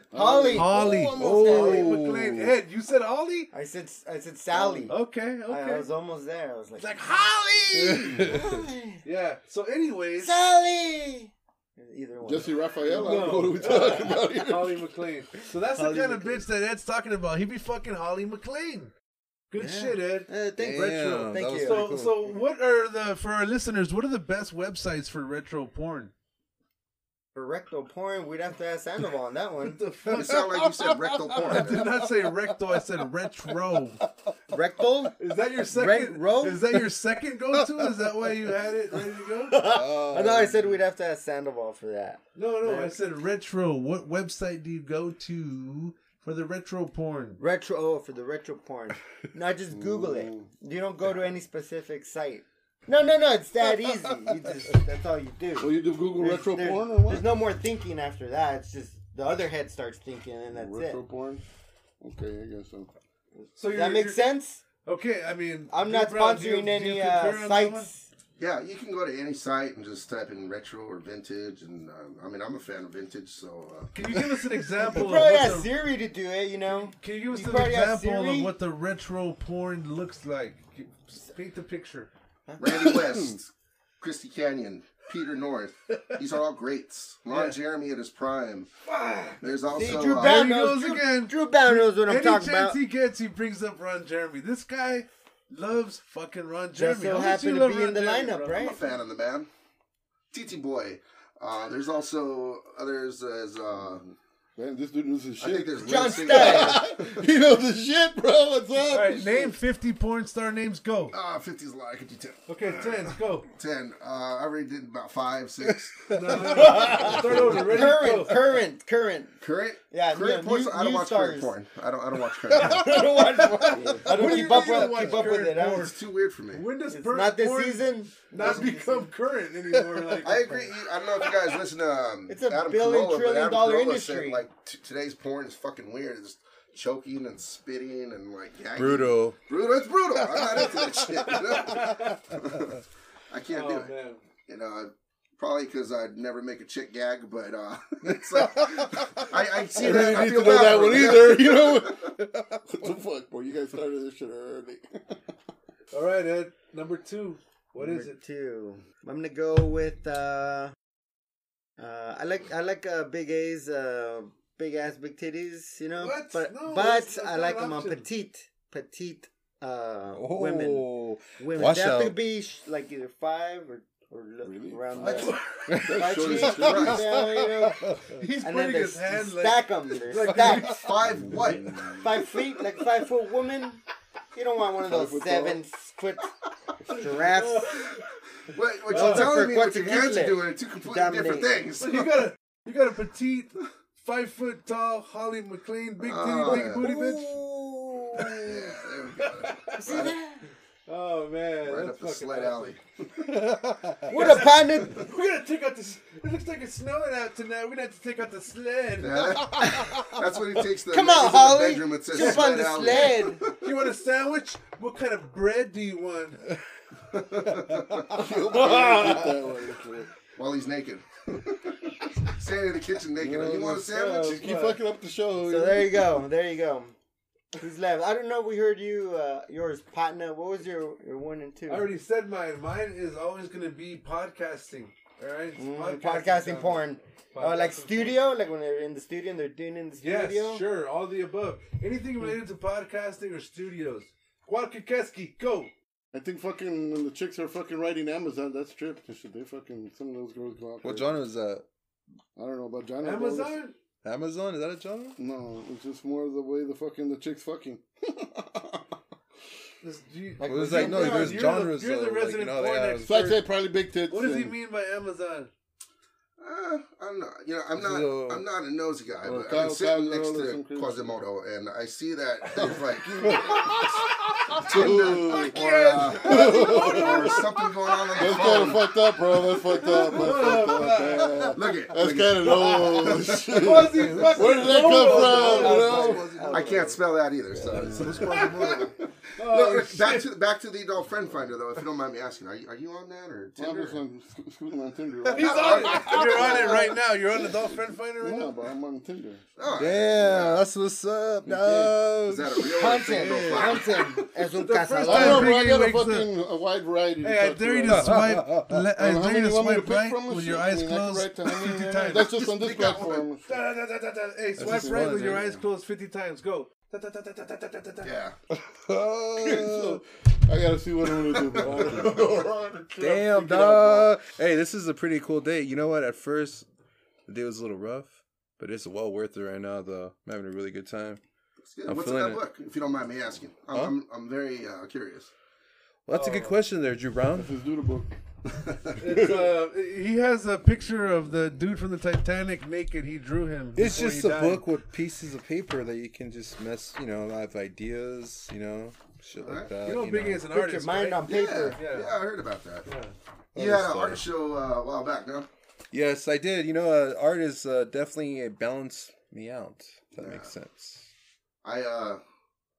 Speaker 5: Holly.
Speaker 3: Holly.
Speaker 1: Holly.
Speaker 5: Oh,
Speaker 6: Oh.
Speaker 5: almost
Speaker 1: Holly
Speaker 5: there.
Speaker 1: McClane. Ed, you said Holly.
Speaker 5: I said I said Sally.
Speaker 1: Okay, Oh, okay.
Speaker 5: I, I was almost there. I was like,
Speaker 1: it's like Holly. yeah. So, anyways,
Speaker 5: Sally. Either one.
Speaker 3: Jesse Raphael. I don't
Speaker 1: No.
Speaker 3: know what we talking about here.
Speaker 1: Holly McLean. So that's
Speaker 5: Holly
Speaker 1: the kind
Speaker 5: McLean.
Speaker 1: of bitch that Ed's talking about. He be fucking Holly McLean. Good shit, Ed.
Speaker 5: Uh, thank
Speaker 6: Damn,
Speaker 5: retro.
Speaker 6: that
Speaker 5: Thank
Speaker 6: was
Speaker 5: you.
Speaker 1: So,
Speaker 6: Pretty cool.
Speaker 1: so what are the for our listeners? What are the best websites for retro porn?
Speaker 5: For rectal porn, we'd have to ask Sandoval on that one.
Speaker 1: The
Speaker 4: It sounded like you said rectal porn.
Speaker 1: I did not say recto. I said retro.
Speaker 5: rectal?
Speaker 1: Is that your second?
Speaker 5: Retro?
Speaker 1: Is that your second go-to? Is that why you had it ready to go?
Speaker 6: Oh,
Speaker 5: I know I said we'd have to ask Sandoval for that.
Speaker 1: No, no. I said retro. What website do you go to for the retro porn.
Speaker 5: Retro oh, for the retro porn. Not just Google it. You don't go to any specific site. No, no, no. It's that easy. You just that's all you
Speaker 1: Oh,
Speaker 5: do.
Speaker 3: Well, you do Google
Speaker 5: There's-
Speaker 3: retro
Speaker 5: there's-
Speaker 3: porn or what?
Speaker 5: There's no more thinking after that. It's just the other head starts thinking, and that's
Speaker 3: retro
Speaker 5: it.
Speaker 3: porn. Okay, I guess so.
Speaker 1: So you're,
Speaker 5: That makes
Speaker 1: you're-
Speaker 5: sense.
Speaker 1: Okay, I mean,
Speaker 5: I'm
Speaker 1: Big
Speaker 5: not
Speaker 1: Brown, do you-
Speaker 5: sponsoring
Speaker 1: do you
Speaker 5: any
Speaker 1: concur on
Speaker 5: uh,
Speaker 1: that one?
Speaker 5: sites.
Speaker 4: Yeah, you can go to any site and just type in retro or vintage, and um, I mean I'm a fan of vintage, so uh,
Speaker 1: Can you give us an
Speaker 5: You
Speaker 1: example? of
Speaker 5: probably
Speaker 1: what
Speaker 5: asked
Speaker 1: the-
Speaker 5: Siri to do it. You know.
Speaker 1: Can you give us
Speaker 5: You
Speaker 1: an
Speaker 5: probably have
Speaker 1: example of
Speaker 5: Siri?
Speaker 1: what the retro porn looks like? Paint the picture.
Speaker 4: uh, Randy West, Christy Canyon, Peter North, these are all greats. Ron Jeremy at his prime. There's also
Speaker 5: See, Drew
Speaker 4: uh,
Speaker 5: Barry-
Speaker 1: There he
Speaker 5: knows-
Speaker 1: goes again.
Speaker 5: Drew Barry knows what I'm
Speaker 1: Any chance
Speaker 5: talking about.
Speaker 1: he gets, he brings up Ron Jeremy. This guy loves fucking Ron Jeremy.
Speaker 5: Just
Speaker 1: How
Speaker 5: so
Speaker 1: much you
Speaker 5: happened to
Speaker 1: love
Speaker 5: be
Speaker 1: Ron
Speaker 5: in the
Speaker 1: Jeremy,
Speaker 5: lineup,
Speaker 1: bro?
Speaker 5: right?
Speaker 4: I'm a fan of the man. TT Boy. Uh, there's also others as uh,
Speaker 3: Man, this dude knows his
Speaker 4: I
Speaker 3: shit.
Speaker 4: think there's
Speaker 5: John
Speaker 4: Lindsay-
Speaker 5: Stein.
Speaker 3: he knows his shit, bro. What's
Speaker 1: All
Speaker 3: up?
Speaker 1: right, name 50 porn star names. Go.
Speaker 4: Ah, 50's a lot. I could do 10.
Speaker 1: Okay, 10, go.
Speaker 4: 10. Uh, I already did about 5, 6.
Speaker 1: No, no, no. Start over. Ready?
Speaker 5: Current,
Speaker 1: Go.
Speaker 5: current, current.
Speaker 4: Current?
Speaker 5: Yeah,
Speaker 4: current
Speaker 5: no,
Speaker 4: porn.
Speaker 5: new-
Speaker 4: I don't
Speaker 5: new
Speaker 4: watch current
Speaker 5: stars.
Speaker 4: porn. I don't, I don't watch current porn.
Speaker 5: I don't watch. I
Speaker 1: What do
Speaker 5: don't
Speaker 1: you mean you
Speaker 5: keep up with.
Speaker 1: don't
Speaker 5: Keep
Speaker 1: watch
Speaker 5: up with
Speaker 1: current
Speaker 5: it. huh?
Speaker 1: porn?
Speaker 4: It's too weird for me.
Speaker 1: When does
Speaker 5: It's
Speaker 1: per-
Speaker 5: not this
Speaker 1: porn
Speaker 5: season.
Speaker 1: not become current anymore? Like,
Speaker 4: I agree. You- I don't know if you guys listen to um,
Speaker 5: It's a
Speaker 4: Adam
Speaker 5: billion,
Speaker 4: Carolla, but
Speaker 5: trillion
Speaker 4: Adam
Speaker 5: dollar
Speaker 4: Carolla Said,
Speaker 5: industry.
Speaker 4: like t- today's porn is fucking weird. It's choking and spitting and like gagging.
Speaker 6: Brutal.
Speaker 4: Brutal. It's brutal. I'm not into that shit. You know? I can't do
Speaker 1: Oh,
Speaker 4: it.
Speaker 1: man.
Speaker 4: You know, probably because I'd never make a chick gag, but uh, it's like I, I see
Speaker 3: I
Speaker 4: that.
Speaker 3: didn't
Speaker 4: I
Speaker 3: need
Speaker 4: feel
Speaker 3: to know
Speaker 4: bad
Speaker 3: that
Speaker 4: for
Speaker 3: one
Speaker 4: her.
Speaker 3: either. You know what the fuck, boy? You guys started this shit early.
Speaker 1: All right, Ed. Number two. What is
Speaker 5: Number
Speaker 1: it?
Speaker 5: Two. I'm gonna go with. uh uh I like I like uh, big A's, uh big ass, big titties. You know,
Speaker 1: What?
Speaker 5: but
Speaker 1: No,
Speaker 5: but
Speaker 1: that's- that's
Speaker 5: I
Speaker 1: not
Speaker 5: like
Speaker 1: an
Speaker 5: them on
Speaker 1: option.
Speaker 5: petite, petite uh
Speaker 6: Oh,
Speaker 5: women. Women.
Speaker 6: Watch
Speaker 5: they have to
Speaker 6: out.
Speaker 5: be sh- like either five or or l-
Speaker 3: Really?
Speaker 5: around
Speaker 3: Five?
Speaker 5: there.
Speaker 3: That's
Speaker 5: Five
Speaker 3: short
Speaker 5: cheeks,
Speaker 3: as
Speaker 5: down,
Speaker 4: Christ.
Speaker 5: you know,
Speaker 1: He's
Speaker 5: and then
Speaker 1: putting
Speaker 5: they
Speaker 1: his
Speaker 5: s-
Speaker 1: hand like
Speaker 5: stack them. They're
Speaker 1: like-
Speaker 5: stacked.
Speaker 4: Five what?
Speaker 5: five feet, like five foot woman. You don't want one of
Speaker 3: Five
Speaker 5: those
Speaker 3: foot
Speaker 5: seven foot giraffes.
Speaker 4: What, what
Speaker 5: Well,
Speaker 4: you're telling me? What
Speaker 5: what's
Speaker 4: your
Speaker 5: your
Speaker 4: hands are
Speaker 5: giflet?
Speaker 4: doing are two completely different
Speaker 5: Dominate.
Speaker 4: things.
Speaker 1: But you got a you got a petite, five foot tall Holly McLean, big titty,
Speaker 5: Ah.
Speaker 4: Oh,
Speaker 1: big
Speaker 4: yeah.
Speaker 1: booty bitch.
Speaker 4: Yeah, there we go.
Speaker 5: See that?
Speaker 1: Oh man,
Speaker 4: Right
Speaker 1: that's
Speaker 4: up the
Speaker 1: fucking
Speaker 4: sled
Speaker 1: awesome.
Speaker 4: alley.
Speaker 5: What a partner!
Speaker 1: We're gonna take out this. It looks like it's snowing out tonight. We're gonna have to take out the sled.
Speaker 4: Yeah, that- that's when he takes the
Speaker 5: Come on,
Speaker 4: ladies in the
Speaker 5: Holly!
Speaker 4: bedroom and says,
Speaker 5: Jump on the
Speaker 4: alley.
Speaker 5: sled!
Speaker 1: You want a sandwich? What kind of bread do you want?
Speaker 4: While he's naked. Standing in the kitchen naked. you want a
Speaker 3: You
Speaker 4: sandwich?
Speaker 3: keep fucking up the show.
Speaker 5: So there you go, there you go. Who's left? I don't know if we heard you, uh, yours, partner. What was your, your one and two?
Speaker 1: I already said mine. Mine is always gonna be podcasting. All right, It's
Speaker 5: Mm, podcasting,
Speaker 1: time.
Speaker 5: porn. Oh, like
Speaker 1: Podcasting porn.
Speaker 5: studio? Like when they're in the studio and they're doing it in the
Speaker 1: Yes,
Speaker 5: studio?
Speaker 1: sure. All the above. Anything related to podcasting or studios. Guadalcaquesqui, go.
Speaker 3: I think fucking when the chicks are fucking writing Amazon, that's tripped. They should- They fucking some of those girls go out.
Speaker 6: What
Speaker 3: there.
Speaker 6: genre is that?
Speaker 3: I don't know about John.
Speaker 1: Amazon.
Speaker 6: Amazon? Is that a genre?
Speaker 3: No, it's just more the way the fucking the chicks fucking.
Speaker 1: This- you-
Speaker 5: Like,
Speaker 6: Well, it's
Speaker 5: for
Speaker 6: like, no,
Speaker 5: example,
Speaker 6: there's
Speaker 1: You're the-
Speaker 6: genres.
Speaker 1: you're the
Speaker 6: though, like,
Speaker 1: resident
Speaker 6: you know, they
Speaker 1: porn
Speaker 6: have-
Speaker 1: expert.
Speaker 3: so I'd say probably big tits.
Speaker 1: What does he
Speaker 3: and-
Speaker 1: mean by Amazon?
Speaker 4: Uh, I'm not. You know, I'm
Speaker 6: This is
Speaker 4: not.
Speaker 6: a-
Speaker 4: I'm not a nosy guy.
Speaker 3: Or
Speaker 4: But
Speaker 3: cow-
Speaker 4: I'm sitting
Speaker 3: cowgirl
Speaker 4: next
Speaker 3: or some
Speaker 4: to
Speaker 3: crazy
Speaker 4: Quasimodo, and I see that it's like
Speaker 3: Dude,
Speaker 4: Tinder or, uh, or something going on on the
Speaker 3: That's kind of
Speaker 4: phone.
Speaker 3: fucked up, bro. That's fucked up. That's fucked up. man.
Speaker 4: Look it.
Speaker 3: That's
Speaker 4: Look
Speaker 3: kind
Speaker 4: it.
Speaker 3: of old. shit.
Speaker 1: Quasi fucking
Speaker 3: Where did that come
Speaker 5: Oh,
Speaker 1: Oh,
Speaker 3: from? You know?
Speaker 4: I can't spell that either. So it's- it's Quasimodo.
Speaker 1: Oh,
Speaker 4: Look, look,
Speaker 1: shit.
Speaker 4: back to back to the adult friend finder though. If you don't mind me asking, are you are you on that or
Speaker 3: I'm
Speaker 4: Tinder?
Speaker 3: just on, excuse me, on Tinder.
Speaker 1: He's on
Speaker 3: Right?
Speaker 1: it. You're on it right now. You're on the Dolph Friend Finder right
Speaker 3: yeah,
Speaker 1: now.
Speaker 3: but I'm on Tinder.
Speaker 4: Oh,
Speaker 6: Damn, that's what's up, dog.
Speaker 4: Is that a real or a fake
Speaker 5: Content,
Speaker 4: profile?
Speaker 5: content. Es un
Speaker 1: The first
Speaker 5: cazador.
Speaker 3: I don't know, bro. I
Speaker 1: Biggie
Speaker 3: got a
Speaker 1: wakes up.
Speaker 3: fucking a wide variety. to
Speaker 1: Hey, I
Speaker 3: talk
Speaker 1: dare you
Speaker 3: about.
Speaker 1: to swipe. le- I
Speaker 3: Uh, how
Speaker 1: dare you
Speaker 3: many
Speaker 1: to
Speaker 3: you want me to
Speaker 1: swipe
Speaker 3: pick
Speaker 1: right
Speaker 3: from and
Speaker 1: with
Speaker 3: shit?
Speaker 1: your
Speaker 3: I
Speaker 1: eyes
Speaker 3: mean, I can
Speaker 1: closed
Speaker 3: write to how many-
Speaker 1: 50 times.
Speaker 3: That's just on this
Speaker 4: pick up one.
Speaker 3: platform.
Speaker 1: Da, da, da, da, da. Hey, swipe
Speaker 6: just
Speaker 1: right
Speaker 6: one,
Speaker 1: with your
Speaker 6: yeah.
Speaker 1: eyes closed 50 times. Go. Da, da, da, da, da, da, da, da, da.
Speaker 4: Yeah.
Speaker 3: So, I gotta see what I'm gonna do. bro. I don't know.
Speaker 6: Damn, dog. Hey, this is a pretty cool date. You know what? At first, the day was a little rough, but it's well worth it right now, though. I'm having a really good time. I'm
Speaker 4: What's in
Speaker 6: feeling
Speaker 4: that
Speaker 6: it.
Speaker 4: book? If you don't mind me asking, I'm
Speaker 6: Huh?
Speaker 4: I'm, I'm very uh, curious.
Speaker 1: Oh.
Speaker 6: Well, that's a good question there, Drew Brown.
Speaker 3: Let's do the book.
Speaker 1: It's, uh, he has a picture of the dude from the Titanic naked. He drew him.
Speaker 6: It's
Speaker 1: before
Speaker 6: just
Speaker 1: he
Speaker 6: a
Speaker 1: died.
Speaker 6: book with pieces of paper that you can just mess, you know, I have ideas, you know, shit like
Speaker 4: Alright.
Speaker 6: that.
Speaker 1: You know,
Speaker 6: you
Speaker 1: Biggie
Speaker 6: know.
Speaker 1: is an
Speaker 5: Put
Speaker 1: artist.
Speaker 5: your mind
Speaker 1: right?
Speaker 5: on paper.
Speaker 4: Yeah, yeah, I heard about that.
Speaker 6: Yeah.
Speaker 4: You had an
Speaker 6: Other
Speaker 4: art show uh, a while back, no?
Speaker 6: Yes, I did. You know, uh, art is uh, definitely a balance me out. If that makes sense.
Speaker 4: I uh,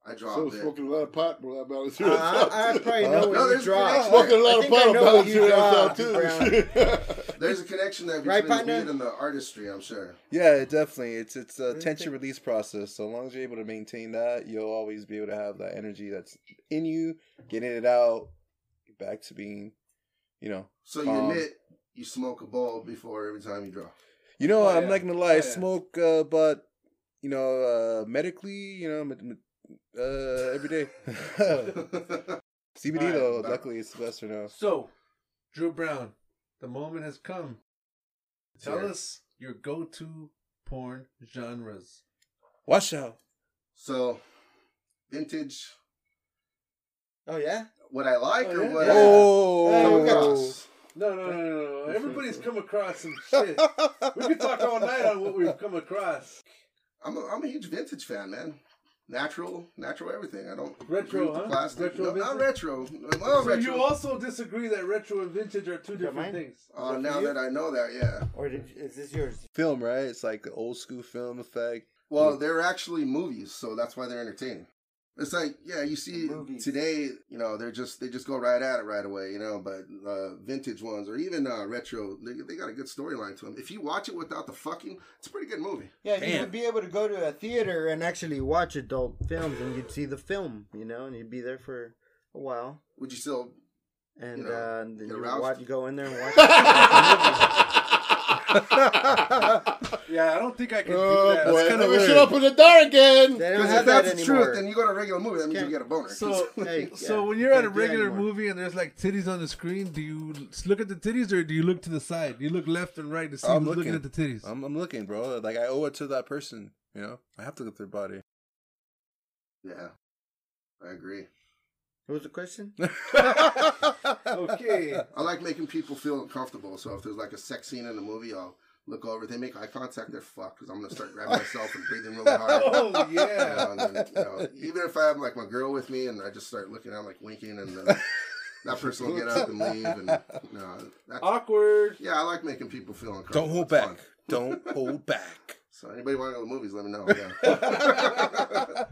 Speaker 4: I
Speaker 3: So
Speaker 4: dropped it.
Speaker 3: smoking a lot of pot. Well, that balances you
Speaker 5: Uh,
Speaker 3: out.
Speaker 5: I, I probably
Speaker 6: Uh,
Speaker 5: know
Speaker 4: no,
Speaker 5: what you
Speaker 4: there's
Speaker 5: draw.
Speaker 4: pretty-
Speaker 3: Smoking a lot
Speaker 5: I
Speaker 3: of
Speaker 5: think I
Speaker 3: pot will
Speaker 5: know what
Speaker 3: balance
Speaker 5: you
Speaker 3: you
Speaker 5: draw,
Speaker 3: out too.
Speaker 4: There's a connection there between
Speaker 5: Right,
Speaker 4: the
Speaker 5: partner?
Speaker 4: weed and the artistry, I'm sure.
Speaker 6: Yeah, it definitely. It's it's a tension
Speaker 5: Okay.
Speaker 6: release process. So long as you're able to maintain that, you'll always be able to have that energy that's in you, getting it out, back to being, you know.
Speaker 4: So you
Speaker 6: Um,
Speaker 4: admit you smoke a bowl before every time you draw.
Speaker 6: You know,
Speaker 1: Oh,
Speaker 6: I'm
Speaker 1: yeah.
Speaker 6: not gonna lie,
Speaker 1: Oh,
Speaker 6: I
Speaker 1: yeah.
Speaker 6: smoke, uh, but you know, uh, medically, you know, med- med- uh, every day. CBD
Speaker 1: Alright,
Speaker 6: though,
Speaker 4: bye.
Speaker 6: luckily it's the best for now.
Speaker 1: So, Drew Brown, the moment has come. Tell
Speaker 4: Here.
Speaker 1: us your go-to porn genres.
Speaker 6: Watch out.
Speaker 4: so, vintage,
Speaker 5: Oh yeah.
Speaker 4: what I like
Speaker 1: Oh,
Speaker 4: or
Speaker 1: yeah?
Speaker 4: what I come
Speaker 6: Oh,
Speaker 4: across.
Speaker 1: No, no, no, no, no. Everybody's come across some shit. We could talk all night on what we've come across.
Speaker 4: I'm a, I'm a huge vintage fan, man. Natural, natural everything. I don't
Speaker 1: Retro,
Speaker 4: agree with the
Speaker 1: huh?
Speaker 4: plastic.
Speaker 1: Retro
Speaker 4: no, not
Speaker 1: vintage?
Speaker 4: retro. Well,
Speaker 1: so
Speaker 4: retro.
Speaker 1: you also disagree that retro and vintage are two
Speaker 5: Never
Speaker 1: different
Speaker 5: mind.
Speaker 1: things.
Speaker 4: uh, now
Speaker 5: you?
Speaker 4: that I know that, yeah.
Speaker 5: Or did, is this yours?
Speaker 6: film, right? It's like the old school film effect.
Speaker 4: Well, they're actually movies, so that's why they're entertaining. It's like, yeah, you see
Speaker 5: Movies.
Speaker 4: today, you know, they're just they just go right at it right away, you know. But uh, vintage ones or even uh, retro, they, they got a good storyline to them. If you watch it without the fucking, it's a pretty good movie.
Speaker 5: Yeah, you
Speaker 6: Damn.
Speaker 5: would be able to go to a theater and actually watch adult films, and you'd see the film, you know, and you'd be there for a while,
Speaker 4: Would you still?
Speaker 5: and
Speaker 4: You know,
Speaker 5: uh, and then
Speaker 4: get
Speaker 5: you would
Speaker 4: aroused.
Speaker 5: watch, you go in there and watch.
Speaker 1: Yeah, I don't think I can
Speaker 3: Oh
Speaker 1: do that.
Speaker 3: boy,
Speaker 1: That's kinda
Speaker 3: never
Speaker 1: weird.
Speaker 3: shut up in the dark again.
Speaker 5: they don't
Speaker 4: Because if
Speaker 5: have that
Speaker 4: that's the
Speaker 5: anymore.
Speaker 4: truth, then you go to a regular movie, that means you
Speaker 5: Can't-
Speaker 4: get a boner.
Speaker 1: So,
Speaker 5: Hey,
Speaker 1: so
Speaker 5: yeah,
Speaker 1: when
Speaker 5: you
Speaker 1: you're at a
Speaker 5: can't do that
Speaker 1: regular
Speaker 5: anymore.
Speaker 1: movie and there's like titties on the screen, do you look at the titties or do you look to the side? You look left and right to see
Speaker 6: I'm
Speaker 1: who's looking.
Speaker 6: looking.
Speaker 1: at the titties.
Speaker 6: I'm, I'm looking, bro. Like I owe it to that person. You know, I have to look at their body.
Speaker 4: yeah, I agree.
Speaker 5: What was the question?
Speaker 1: okay.
Speaker 4: I like making people feel uncomfortable. So if there's like a sex scene in a movie, I'll look over. If they make eye contact, they're fucked because I'm gonna start grabbing myself and breathing really hard.
Speaker 1: Oh
Speaker 4: You know,
Speaker 1: yeah.
Speaker 4: and then, you know, even if I have like my girl with me and I just start looking, I'm like winking, and then that person will get up and leave. And you know, that's,
Speaker 1: Awkward.
Speaker 4: yeah, I like making people feel uncomfortable.
Speaker 6: Don't hold
Speaker 4: It's fun.
Speaker 6: back. Don't hold back.
Speaker 4: So anybody want to go to the movies? Let me know.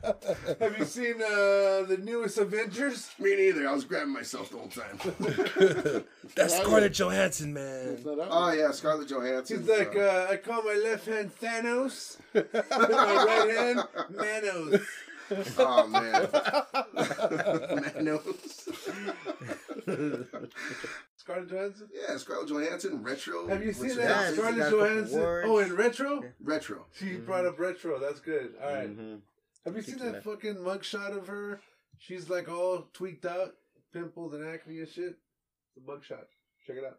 Speaker 4: Yeah.
Speaker 1: Have you seen uh, the newest Avengers?
Speaker 4: me neither. I was grabbing myself the whole time.
Speaker 6: That's Scarlett Johansson, man.
Speaker 3: It's not out.
Speaker 4: oh yeah, Scarlett Johansson.
Speaker 1: He's like,
Speaker 4: so-
Speaker 1: uh, I call my left hand Thanos, my right hand Manos.
Speaker 4: oh man, Manos.
Speaker 1: Scarlett Johansson.
Speaker 4: Yeah, Scarlett Johansson, retro.
Speaker 1: Have you seen
Speaker 4: Richard
Speaker 1: that?
Speaker 4: Dawson,
Speaker 5: Scarlett-
Speaker 1: Scarlett
Speaker 5: got a couple
Speaker 1: Johansson.
Speaker 5: awards.
Speaker 1: Oh, in retro.
Speaker 4: Retro.
Speaker 1: She brought up retro. That's good. All right.
Speaker 5: Mhm.
Speaker 1: Have you seen that fucking mugshot of her? She's like all tweaked out, pimples and acne and shit. The mugshot. Check it out.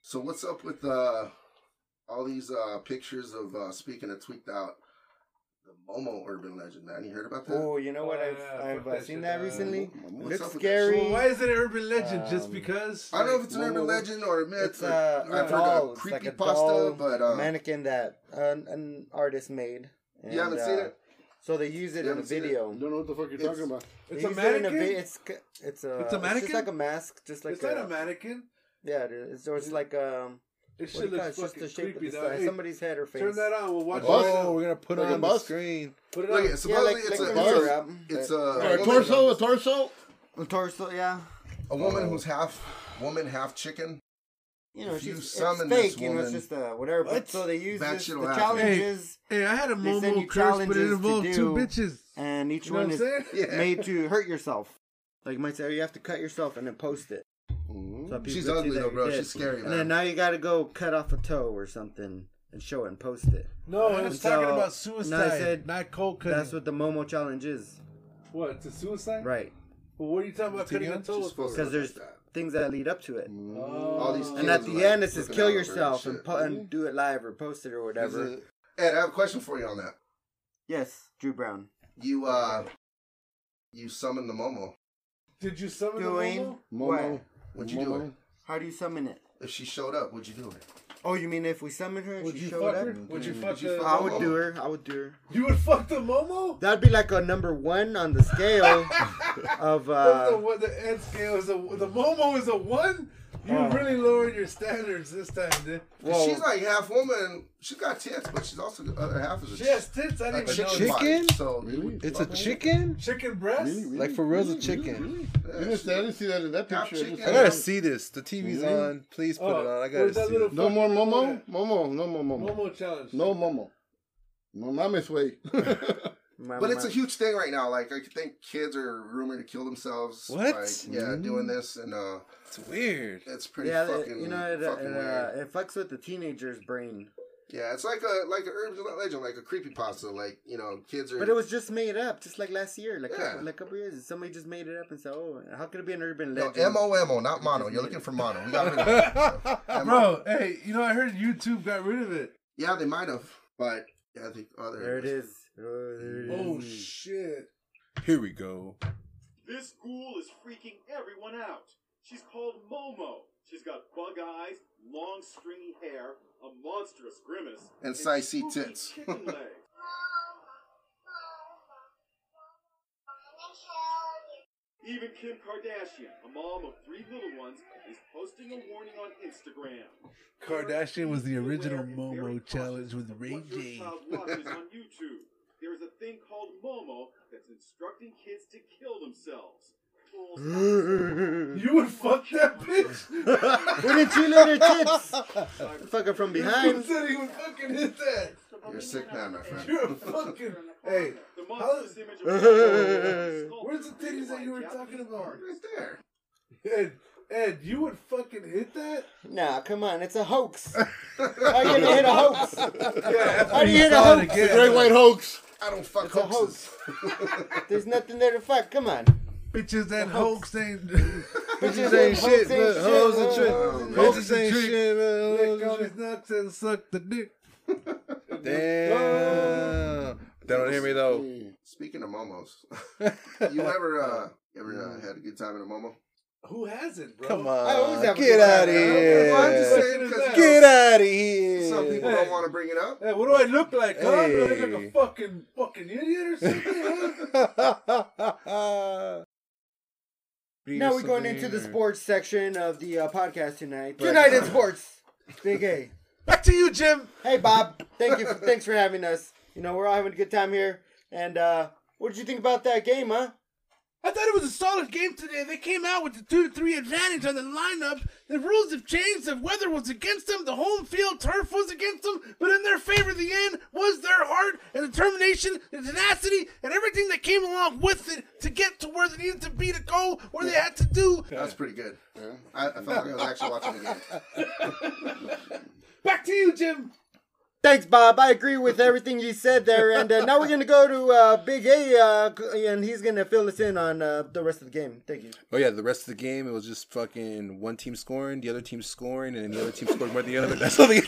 Speaker 4: So what's up with uh, all these uh, pictures of uh, speaking of tweaked out the Momo urban legend, man? You heard about that?
Speaker 5: Oh, you know what?
Speaker 1: Oh,
Speaker 5: I've,
Speaker 1: yeah,
Speaker 5: I've
Speaker 1: fuck
Speaker 5: uh,
Speaker 1: that
Speaker 5: seen
Speaker 1: shit,
Speaker 5: that
Speaker 1: uh,
Speaker 5: recently.
Speaker 4: What's
Speaker 5: Looks
Speaker 4: up with
Speaker 5: scary.
Speaker 1: So why is it an urban legend? just
Speaker 5: Um,
Speaker 1: because?
Speaker 4: I don't know if it's an
Speaker 5: Like,
Speaker 4: urban
Speaker 5: Momo-
Speaker 4: legend or a myth.
Speaker 5: It's
Speaker 4: or-
Speaker 5: uh,
Speaker 4: I've
Speaker 5: doll.
Speaker 4: heard of
Speaker 5: It's like
Speaker 4: creepy
Speaker 5: a
Speaker 4: pasta,
Speaker 5: doll
Speaker 4: but uh,
Speaker 5: mannequin that an, an artist made. uh,
Speaker 4: You haven't seen it?
Speaker 5: So they use it
Speaker 4: You
Speaker 5: in a
Speaker 4: haven't seen it?
Speaker 5: video.
Speaker 3: You don't know what the fuck you're
Speaker 4: It's-
Speaker 3: talking about.
Speaker 5: They
Speaker 1: it's a
Speaker 5: use it in
Speaker 1: mannequin.
Speaker 5: vi-
Speaker 1: it's
Speaker 5: it's c- it's a
Speaker 1: It's a mannequin?
Speaker 5: It's just like a mask, just like
Speaker 1: not a mannequin.
Speaker 5: Yeah, dude. It's, or it's like um.
Speaker 1: It
Speaker 5: What do
Speaker 1: shit
Speaker 5: you call it?
Speaker 1: looks
Speaker 5: It's just
Speaker 1: fucking
Speaker 5: the shape.
Speaker 1: creepy.
Speaker 5: It's
Speaker 1: dog.
Speaker 5: like
Speaker 1: Hey,
Speaker 5: somebody's head or face.
Speaker 1: Turn that on. We'll watch it.
Speaker 3: Bus?
Speaker 6: Oh,
Speaker 1: Right
Speaker 6: we're gonna put
Speaker 3: Like
Speaker 6: it
Speaker 3: a
Speaker 6: on the
Speaker 3: bus?
Speaker 6: screen.
Speaker 1: Put it
Speaker 4: look,
Speaker 1: on.
Speaker 4: it's
Speaker 5: Yeah,
Speaker 4: supposedly
Speaker 5: like,
Speaker 4: it's,
Speaker 5: like
Speaker 4: a,
Speaker 5: a
Speaker 4: it's,
Speaker 5: mirror
Speaker 4: a,
Speaker 5: up.
Speaker 4: it's uh, a,
Speaker 3: Or a
Speaker 4: woman-
Speaker 3: torso, a torso.
Speaker 5: The torso, yeah.
Speaker 4: a woman who's half woman, half chicken.
Speaker 5: You know,
Speaker 4: If
Speaker 5: she's,
Speaker 4: you
Speaker 5: it's
Speaker 4: summon
Speaker 5: fake.
Speaker 4: this
Speaker 5: You know, it's
Speaker 4: woman-
Speaker 5: just uh, whatever. But so they use
Speaker 4: That
Speaker 5: this, the
Speaker 4: shit'll happen.
Speaker 5: challenges,
Speaker 1: Hey, I had a
Speaker 5: They send
Speaker 1: Momo
Speaker 5: you
Speaker 1: curse, but
Speaker 5: challenges
Speaker 1: it
Speaker 5: to
Speaker 1: involved two
Speaker 5: do.
Speaker 1: bitches.
Speaker 5: and each
Speaker 1: You know what
Speaker 5: one
Speaker 1: I'm
Speaker 5: is
Speaker 1: saying?
Speaker 4: Yeah.
Speaker 5: made to hurt yourself. Like might say, oh, you have to cut yourself and then post it. So people
Speaker 4: She's
Speaker 5: can see
Speaker 4: ugly
Speaker 5: that
Speaker 4: though,
Speaker 5: you
Speaker 4: bro.
Speaker 5: did.
Speaker 4: She's scary,
Speaker 5: And then
Speaker 4: man.
Speaker 5: now you got to go cut off a toe or something and show it and post it.
Speaker 1: No, I was
Speaker 5: So,
Speaker 1: talking about
Speaker 5: no,
Speaker 1: suicide,
Speaker 5: I said-
Speaker 1: not cold cutting.
Speaker 5: That's what the Momo challenge is,
Speaker 1: What? It's a suicide?
Speaker 5: right?
Speaker 1: But what are you talking about cutting a
Speaker 4: She's
Speaker 1: toe?
Speaker 4: supposed to
Speaker 5: Because
Speaker 4: look
Speaker 5: there's
Speaker 4: like that.
Speaker 5: things that lead up to it. Oh.
Speaker 4: all these
Speaker 1: And
Speaker 4: kids
Speaker 5: And at
Speaker 4: are,
Speaker 5: the
Speaker 4: like,
Speaker 5: end, it says
Speaker 4: looking
Speaker 5: kill
Speaker 4: at her
Speaker 5: yourself and,
Speaker 4: shit. Mm-hmm.
Speaker 5: po- and do it live or post it or whatever.
Speaker 6: Is it-
Speaker 4: Ed, I have a question for you on that.
Speaker 5: Yes, Drew Brown.
Speaker 4: You uh, you summoned the Momo.
Speaker 1: Did you summon
Speaker 5: Doing
Speaker 1: the Momo?
Speaker 3: Momo.
Speaker 5: What?
Speaker 4: What'd you do?
Speaker 3: Momo.
Speaker 5: How do you summon it?
Speaker 4: If she showed up, would you do it?
Speaker 5: Oh, you mean if we summon her and
Speaker 1: Would
Speaker 5: she
Speaker 1: you
Speaker 5: showed
Speaker 1: fuck
Speaker 5: up? Mm-hmm.
Speaker 1: her? Would you fuck
Speaker 4: you
Speaker 1: the?
Speaker 4: fuck-
Speaker 5: I would do her. I would do her.
Speaker 1: You would fuck the Momo?
Speaker 5: That'd be like a number one on the scale of
Speaker 1: That's
Speaker 5: uh,
Speaker 1: the, one- the end scale is a the Momo is a one. You
Speaker 5: Oh.
Speaker 1: really lowered your standards this time, dude.
Speaker 4: 'Cause she's like half woman. She's got tits, but she's also the other half is a
Speaker 1: She has tits. I
Speaker 4: a
Speaker 1: didn't even know.
Speaker 4: chicken.
Speaker 1: that.
Speaker 4: body,
Speaker 6: Chicken?
Speaker 4: so you
Speaker 3: Really?
Speaker 4: would
Speaker 6: It's a
Speaker 4: fuck her.
Speaker 6: chicken?
Speaker 1: Chicken breasts.
Speaker 3: Really, really,
Speaker 6: Like for real, it's a
Speaker 3: really,
Speaker 6: chicken.
Speaker 3: really, really?
Speaker 4: Yeah,
Speaker 3: You didn't- I didn't see that in that
Speaker 4: Half
Speaker 3: picture. I just
Speaker 4: chicken.
Speaker 6: I
Speaker 3: saw
Speaker 6: gotta
Speaker 3: it.
Speaker 6: see this. The TV's
Speaker 3: Really?
Speaker 6: on. Please put
Speaker 1: Oh,
Speaker 6: it on. I gotta
Speaker 1: where's that
Speaker 6: see
Speaker 1: little
Speaker 6: it.
Speaker 3: No more Momo?
Speaker 1: Momo?
Speaker 3: Momo, no more Momo.
Speaker 1: Momo challenge.
Speaker 3: No Momo. No mames way.
Speaker 4: But it's a huge thing right now. Like I think kids are rumored to kill themselves.
Speaker 6: What?
Speaker 4: Like, yeah, doing this, and uh,
Speaker 6: It's weird.
Speaker 4: it's pretty
Speaker 5: yeah, it-
Speaker 4: fucking
Speaker 5: you know, it,
Speaker 4: fucking
Speaker 5: it,
Speaker 4: weird.
Speaker 5: uh, it fucks with the teenager's brain.
Speaker 4: Yeah, it's like a like an urban legend, like a creepy pasta. Like you know, kids are.
Speaker 5: But it was just made up, just like last year, like
Speaker 4: Yeah.
Speaker 5: couple, like a couple years. Somebody just made it up and said, "Oh, how could it be an urban
Speaker 4: no,
Speaker 5: legend?"
Speaker 4: M O M O, not mono. You're looking for mono. We got rid of it. M-O.
Speaker 1: Bro, hey, you know I heard YouTube got rid of it.
Speaker 4: Yeah, they might have, but yeah, I think other.
Speaker 5: there it is. Oh, there it
Speaker 1: Oh
Speaker 5: is.
Speaker 1: shit!
Speaker 6: Here we go.
Speaker 7: This ghoul is freaking everyone out. She's called Momo. She's got bug eyes, long stringy hair, a monstrous grimace,
Speaker 4: And size C
Speaker 7: spooky
Speaker 4: tits.
Speaker 7: chicken legs. Even Kim Kardashian, a mom of three little ones, is posting a warning on Instagram.
Speaker 1: Kardashian was the original
Speaker 7: Beware and very
Speaker 1: Momo
Speaker 7: cautious
Speaker 1: challenge with
Speaker 7: of
Speaker 1: Ray
Speaker 7: what your
Speaker 1: J.
Speaker 7: child watches on YouTube. There is a thing called Momo that's instructing kids to kill themselves. Ghouls
Speaker 1: You would fuck that bitch.
Speaker 5: Wouldn't you let her tips? Fuck her from
Speaker 1: You
Speaker 5: behind.
Speaker 1: said he would fucking hit that.
Speaker 4: You're a sick man, my friend.
Speaker 1: You're a fucking hey.
Speaker 7: The
Speaker 1: How-
Speaker 7: monstrous image of
Speaker 1: Where's the titties that you were talking about?
Speaker 4: Right there.
Speaker 1: Ed, Ed, you would fucking hit that?
Speaker 5: Nah, come on, it's a hoax. How you gonna hit a hoax?
Speaker 1: Yeah,
Speaker 5: How do you hit a hoax?
Speaker 1: again.
Speaker 3: Great white hoax.
Speaker 4: I don't fuck
Speaker 5: a
Speaker 4: hoaxes.
Speaker 5: There's nothing there to fuck. Come on.
Speaker 1: Bitches that hoax ain't.
Speaker 5: Bitches
Speaker 6: ain't
Speaker 5: ain't shit,
Speaker 6: shit, but hoes and
Speaker 5: shit,
Speaker 6: tricks.
Speaker 5: hoes and
Speaker 1: Hoes
Speaker 6: Bitches
Speaker 1: and
Speaker 6: ain't
Speaker 1: tricks.
Speaker 6: shit, man. Hoes
Speaker 1: Lick on
Speaker 6: and
Speaker 1: his nuts and suck the dick.
Speaker 6: tricks. Damn. They don't hear me though.
Speaker 4: Speaking of momos, you ever uh
Speaker 5: Mm.
Speaker 4: ever uh, had a good time in a momo?
Speaker 1: Who hasn't, bro?
Speaker 6: Come
Speaker 5: I always
Speaker 6: on.
Speaker 5: have a
Speaker 6: Get
Speaker 5: good
Speaker 6: out
Speaker 5: time,
Speaker 6: of
Speaker 5: man.
Speaker 4: Okay, well, I'm just
Speaker 6: here.
Speaker 4: saying 'cause, you
Speaker 6: Get out of
Speaker 4: know, some people
Speaker 6: here.
Speaker 4: don't want to bring it up.
Speaker 1: Hey, what do I look like? Huh? Do I look like
Speaker 6: Hey.
Speaker 1: a fucking fucking idiot or something? huh?
Speaker 5: Now we're going into the sports section of the uh, podcast tonight. Tonight in sports. Big A.
Speaker 1: Back to you, Jim.
Speaker 5: Hey Bob, thank you. For, thanks for having us. You know we're all having a good time here. And uh, what did you think about that game, huh?
Speaker 1: I thought it was a solid game today. They came out with the two to three advantage on the lineup. The rules have changed. The weather was against them. The home field turf was against them. But in their favor, the end was their heart and determination and tenacity and everything that came along with it to get to where they needed to be to go where they had to do.
Speaker 4: That was pretty good. I, I felt like I was actually watching the game.
Speaker 1: Back to you, Jim.
Speaker 5: Thanks, Bob. I agree with everything you said there. And uh, now we're gonna go to uh, Big A, uh, c- and he's gonna fill us in on uh, the rest of the game. Thank you.
Speaker 6: Oh yeah, the rest of the game it was just fucking one team scoring, the other team scoring, and then the other team scored more than the other. That's all the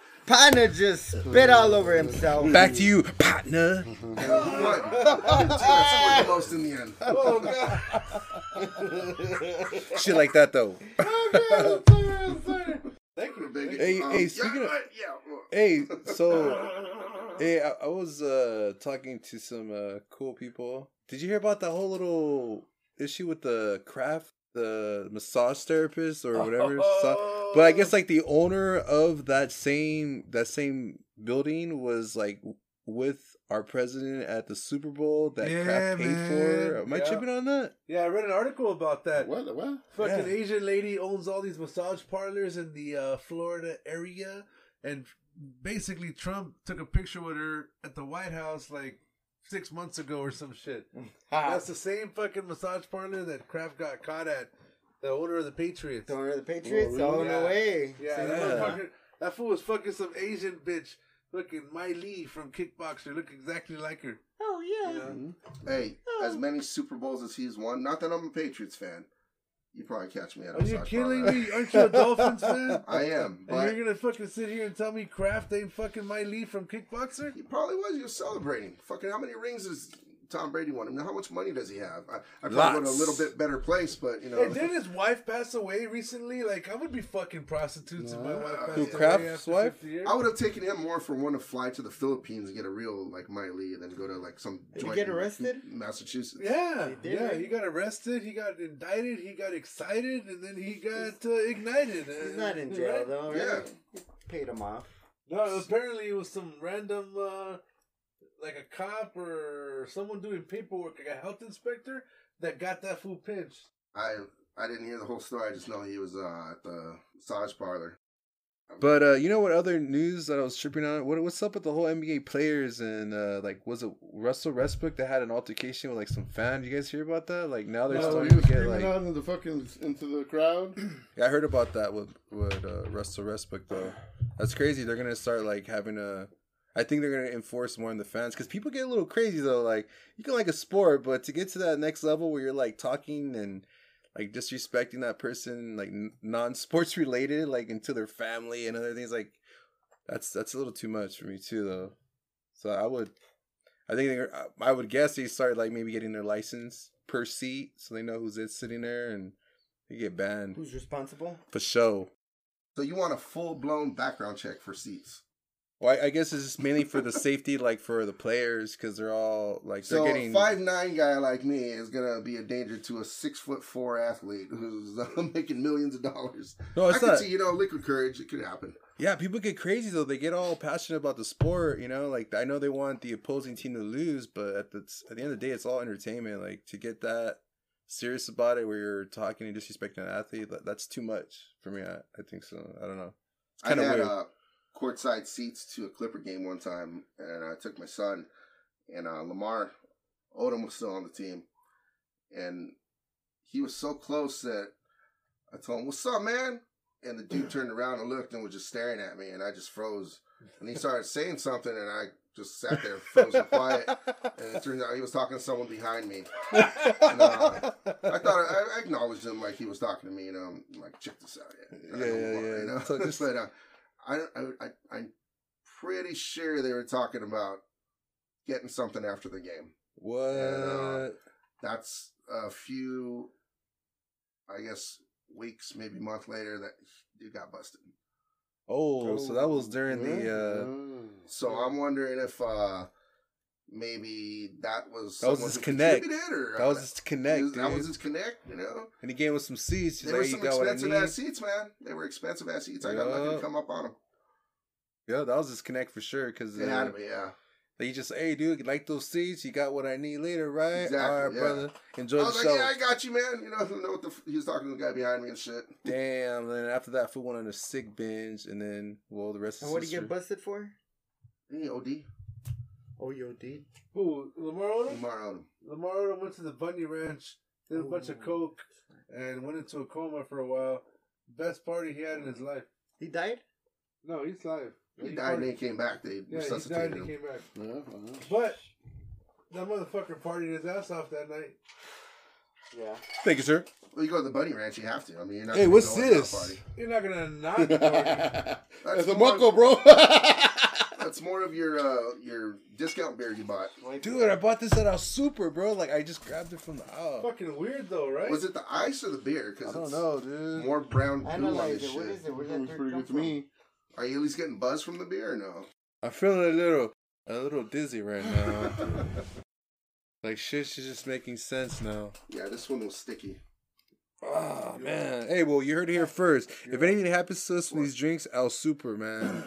Speaker 5: Partner just spit all over himself.
Speaker 6: Back to you, partner.
Speaker 4: Who won? The team that
Speaker 5: Ah!
Speaker 4: scored the most in the end.
Speaker 6: Shit like that though.
Speaker 4: Thank you, big.
Speaker 6: Hey, hey, speaking
Speaker 4: yeah,
Speaker 6: of-
Speaker 4: right, yeah, well,
Speaker 6: Hey, so hey, I, I was uh talking to some uh cool people. Did you hear about that whole little issue with the craft, the massage therapist or whatever? So- but I guess like the owner of that same that same building was like with our president at the Super Bowl that
Speaker 1: Yeah,
Speaker 6: Kraft paid for.
Speaker 1: man.
Speaker 6: Am I
Speaker 1: Yeah.
Speaker 6: tripping on that?
Speaker 1: Yeah, I read an article about that.
Speaker 3: What? What?
Speaker 1: Fucking
Speaker 6: Yeah.
Speaker 1: Asian lady owns all these massage parlors in the uh, Florida area, and basically Trump took a picture with her at the White House like six months ago or some shit. That's the same fucking massage parlor that Kraft got caught at. The owner of the Patriots.
Speaker 5: The owner of the Patriots.
Speaker 3: Oh,
Speaker 5: Oh,
Speaker 1: really?
Speaker 5: no way.
Speaker 1: Yeah,
Speaker 5: Say
Speaker 1: that
Speaker 5: no.
Speaker 1: motherfucker. That fool was fucking some Asian bitch. Fucking My Lee from Kickboxer. Look exactly like her.
Speaker 5: Oh, yeah.
Speaker 4: hey, as many Super Bowls as he's won. Not that I'm a Patriots fan. You probably catch me at. a
Speaker 1: Are you
Speaker 4: massage
Speaker 1: kidding
Speaker 4: parlor.
Speaker 1: me? Aren't you a Dolphins fan?
Speaker 4: I am,
Speaker 1: And
Speaker 4: but
Speaker 1: you're gonna fucking sit here and tell me Kraft ain't fucking My Lee from Kickboxer?
Speaker 4: He probably was. He was celebrating. Fucking how many rings is Tom Brady won him. Now, how much money does he have? I, I
Speaker 6: Lots.
Speaker 4: probably go to a little bit better place, but you know,
Speaker 1: And didn't his wife pass away recently? Like, I would be fucking prostitutes if my wife passed
Speaker 6: Who,
Speaker 1: away.
Speaker 6: Kraft's
Speaker 1: after
Speaker 6: wife?
Speaker 1: 50 years.
Speaker 4: I would have taken him more for one to fly to the Philippines and get a real like Miley, and then go to like some
Speaker 5: Did he get
Speaker 4: in
Speaker 5: arrested?
Speaker 4: Massachusetts.
Speaker 1: Yeah,
Speaker 5: He did,
Speaker 1: yeah.
Speaker 5: right?
Speaker 1: He got arrested. He got indicted. He got excited, and then he got uh, ignited.
Speaker 5: He's
Speaker 1: uh,
Speaker 5: not in jail
Speaker 1: right?
Speaker 5: though. Right?
Speaker 4: Yeah.
Speaker 5: Paid him off.
Speaker 1: No, apparently it was some random, uh, like a cop or someone doing paperwork, like a health inspector, that got that fool pinched.
Speaker 4: I I didn't hear the whole story. I just know he was uh, at the massage parlor.
Speaker 6: But uh, you know what other news that I was tripping on? What what's up with the whole NBA players and uh, like was it Russell Westbrook that had an altercation with like some fan? You guys hear about that? Like now they're
Speaker 3: No, he
Speaker 6: starting
Speaker 3: was
Speaker 6: to get
Speaker 3: screaming
Speaker 6: like
Speaker 3: out into the fucking into the crowd.
Speaker 6: Yeah, I heard about that with with uh, Russell Westbrook though. That's crazy. They're gonna start like having a. I think they're gonna enforce more on the fans because people get a little crazy though. Like you can like a sport, but to get to that next level where you're like talking and like disrespecting that person, like n- non-sports related, like into their family and other things, like that's that's a little too much for me too though. So I would, I think they're, I- I would guess they start like maybe getting their license per seat, so they know who's it sitting there and they get banned.
Speaker 5: Who's responsible?
Speaker 6: For sure.
Speaker 4: So you want a full blown background check for seats?
Speaker 6: Well, I, I guess it's just mainly for the safety, like for the players, because they're all like they're
Speaker 4: so
Speaker 6: getting.
Speaker 4: a five nine guy like me is gonna be a danger to a six foot four athlete who's uh, making millions of dollars.
Speaker 6: no,
Speaker 4: I
Speaker 6: it's
Speaker 4: could
Speaker 6: not.
Speaker 4: see, you know, liquid courage. It could happen.
Speaker 6: Yeah, people get crazy though. They get all passionate about the sport, you know. Like I know they want the opposing team to lose, but at the at the end of the day, it's all entertainment. Like to get that serious about it, where you're talking and disrespecting an athlete, that, that's too much for me. I, I think so. I don't know.
Speaker 4: I
Speaker 6: Kinda
Speaker 4: had
Speaker 6: weird.
Speaker 4: uh, courtside seats to a Clipper game one time, and I took my son, and uh, Lamar Odom was still on the team, and he was so close that I told him, "What's up, man?" And the dude turned around and looked and was just staring at me, and I just froze. And he started saying something, and I just sat there frozen quiet. And it turned out he was talking to someone behind me. And, uh, I thought I, I acknowledged him like he was talking to me, and um, like check this out.
Speaker 6: Yeah, yeah, yeah.
Speaker 4: You know?
Speaker 6: So just-
Speaker 4: but uh, I, I, I, I'm pretty sure they were talking about getting something after the game.
Speaker 6: what?
Speaker 4: And, That's a few, I guess, weeks, maybe a month later that dude got busted.
Speaker 6: oh, so that was during the. uh
Speaker 3: Yeah.
Speaker 4: So I'm wondering if uh maybe that was
Speaker 6: That was
Speaker 4: someone
Speaker 6: his
Speaker 4: who
Speaker 6: connect.
Speaker 4: contributed, Or,
Speaker 6: uh, That was his connect.
Speaker 4: That was
Speaker 6: dude.
Speaker 4: his connect. You know.
Speaker 6: And he gave him some seats. He's
Speaker 4: They were
Speaker 6: like,
Speaker 4: some
Speaker 6: you got what I
Speaker 4: expensive
Speaker 6: need.
Speaker 4: ass seats, man. They were expensive ass seats. I got lucky
Speaker 6: Yeah.
Speaker 4: to come up on them.
Speaker 6: Yeah, that was his connect for sure. Because
Speaker 4: It had to be, yeah.
Speaker 6: he just, hey, dude, you like those seats? You got what I need later, right?
Speaker 4: Exactly,
Speaker 6: All right,
Speaker 4: yeah.
Speaker 6: brother. Enjoy
Speaker 4: I
Speaker 6: the
Speaker 4: was like,
Speaker 6: show.
Speaker 4: yeah, I got you, man. You know, who know what the f- he was talking to the guy behind me and shit.
Speaker 6: Damn. And then after that, food went on a sick binge. And then, well, the rest
Speaker 5: And
Speaker 6: is
Speaker 5: what did he get
Speaker 6: history.
Speaker 5: busted for? E
Speaker 4: Hey, OD,
Speaker 5: OUD.
Speaker 1: Who? Lamar Odom.
Speaker 4: Lamar Odom.
Speaker 1: Lamar Odom went to the Bunny Ranch, did a bunch of coke, and went into a coma for a while. Best party he had in his life.
Speaker 5: He died.
Speaker 1: No, he's live.
Speaker 4: He died and then he came back. They
Speaker 1: Yeah, he died
Speaker 4: resuscitated
Speaker 1: and he
Speaker 4: him.
Speaker 1: came back.
Speaker 3: uh-huh.
Speaker 1: But that motherfucker partied his ass off that night.
Speaker 5: Yeah.
Speaker 6: Thank you, sir.
Speaker 4: Well, you go to the bunny ranch, you have to. I mean, you're not.
Speaker 6: Hey,
Speaker 4: gonna
Speaker 6: what's
Speaker 4: go without a
Speaker 6: this?
Speaker 4: party.
Speaker 1: You're not gonna not. party.
Speaker 3: That's a
Speaker 4: more-
Speaker 3: moco, bro.
Speaker 4: That's more of your uh, your discount beer you bought.
Speaker 6: Dude, I bought this at our super, bro. Like, I just grabbed it from the aisle.
Speaker 1: Fucking weird though, right?
Speaker 4: Was it the ice or the beer?
Speaker 6: I
Speaker 4: Because
Speaker 6: don't
Speaker 4: it's
Speaker 6: know, dude.
Speaker 4: more brown goo on
Speaker 5: Analyze
Speaker 4: this
Speaker 5: it. What
Speaker 4: shit.
Speaker 5: is it? Where's
Speaker 3: That
Speaker 5: that
Speaker 3: was
Speaker 5: dirt
Speaker 3: pretty
Speaker 5: come
Speaker 3: good to
Speaker 5: from?
Speaker 3: me.
Speaker 4: Are you at least getting buzz from the beer or no?
Speaker 6: I'm feeling a little, a little dizzy right now. like, shit, she's just making sense now.
Speaker 4: Yeah, this one was sticky.
Speaker 6: Oh man! Hey, well, you heard it here first. If anything happens to us from these drinks, I'll super man.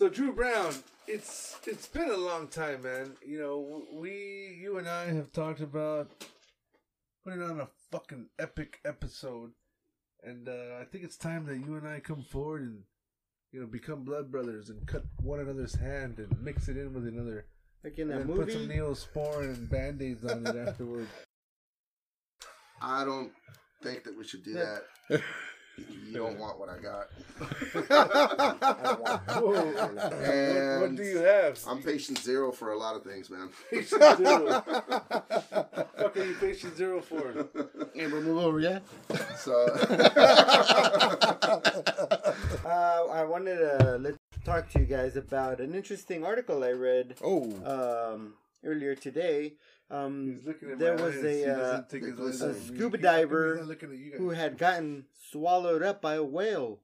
Speaker 1: So Drew Brown, it's it's been a long time, man. You know, we you and I have talked about putting on a fucking epic episode, and uh, I think it's time that you and I come forward and you know become blood brothers and cut one another's hand and mix it in with another,
Speaker 5: Like in
Speaker 1: and
Speaker 5: that
Speaker 1: then put some
Speaker 5: movie.
Speaker 1: neosporin and band aids on it afterward.
Speaker 4: I don't think that we should do that. You don't want what I
Speaker 5: I
Speaker 4: got.
Speaker 5: want-
Speaker 1: Whoa.
Speaker 4: and
Speaker 1: what do you have?
Speaker 4: I'm patient zero for a lot of things, man.
Speaker 1: patient zero. Fuck are you patient zero for?
Speaker 3: Amber, move over, yeah.
Speaker 4: So
Speaker 5: Uh, I wanted to let talk to you guys about an interesting article I read
Speaker 6: oh,
Speaker 5: um, earlier today. Um,
Speaker 1: He's looking at
Speaker 5: there
Speaker 1: my
Speaker 5: was
Speaker 1: eyes.
Speaker 5: a,
Speaker 1: He doesn't
Speaker 5: uh,
Speaker 1: take his
Speaker 4: a
Speaker 1: eyes off me.
Speaker 5: scuba
Speaker 1: He's looking-
Speaker 5: diver
Speaker 1: he's not looking at you guys.
Speaker 5: who had gotten swallowed up by a whale,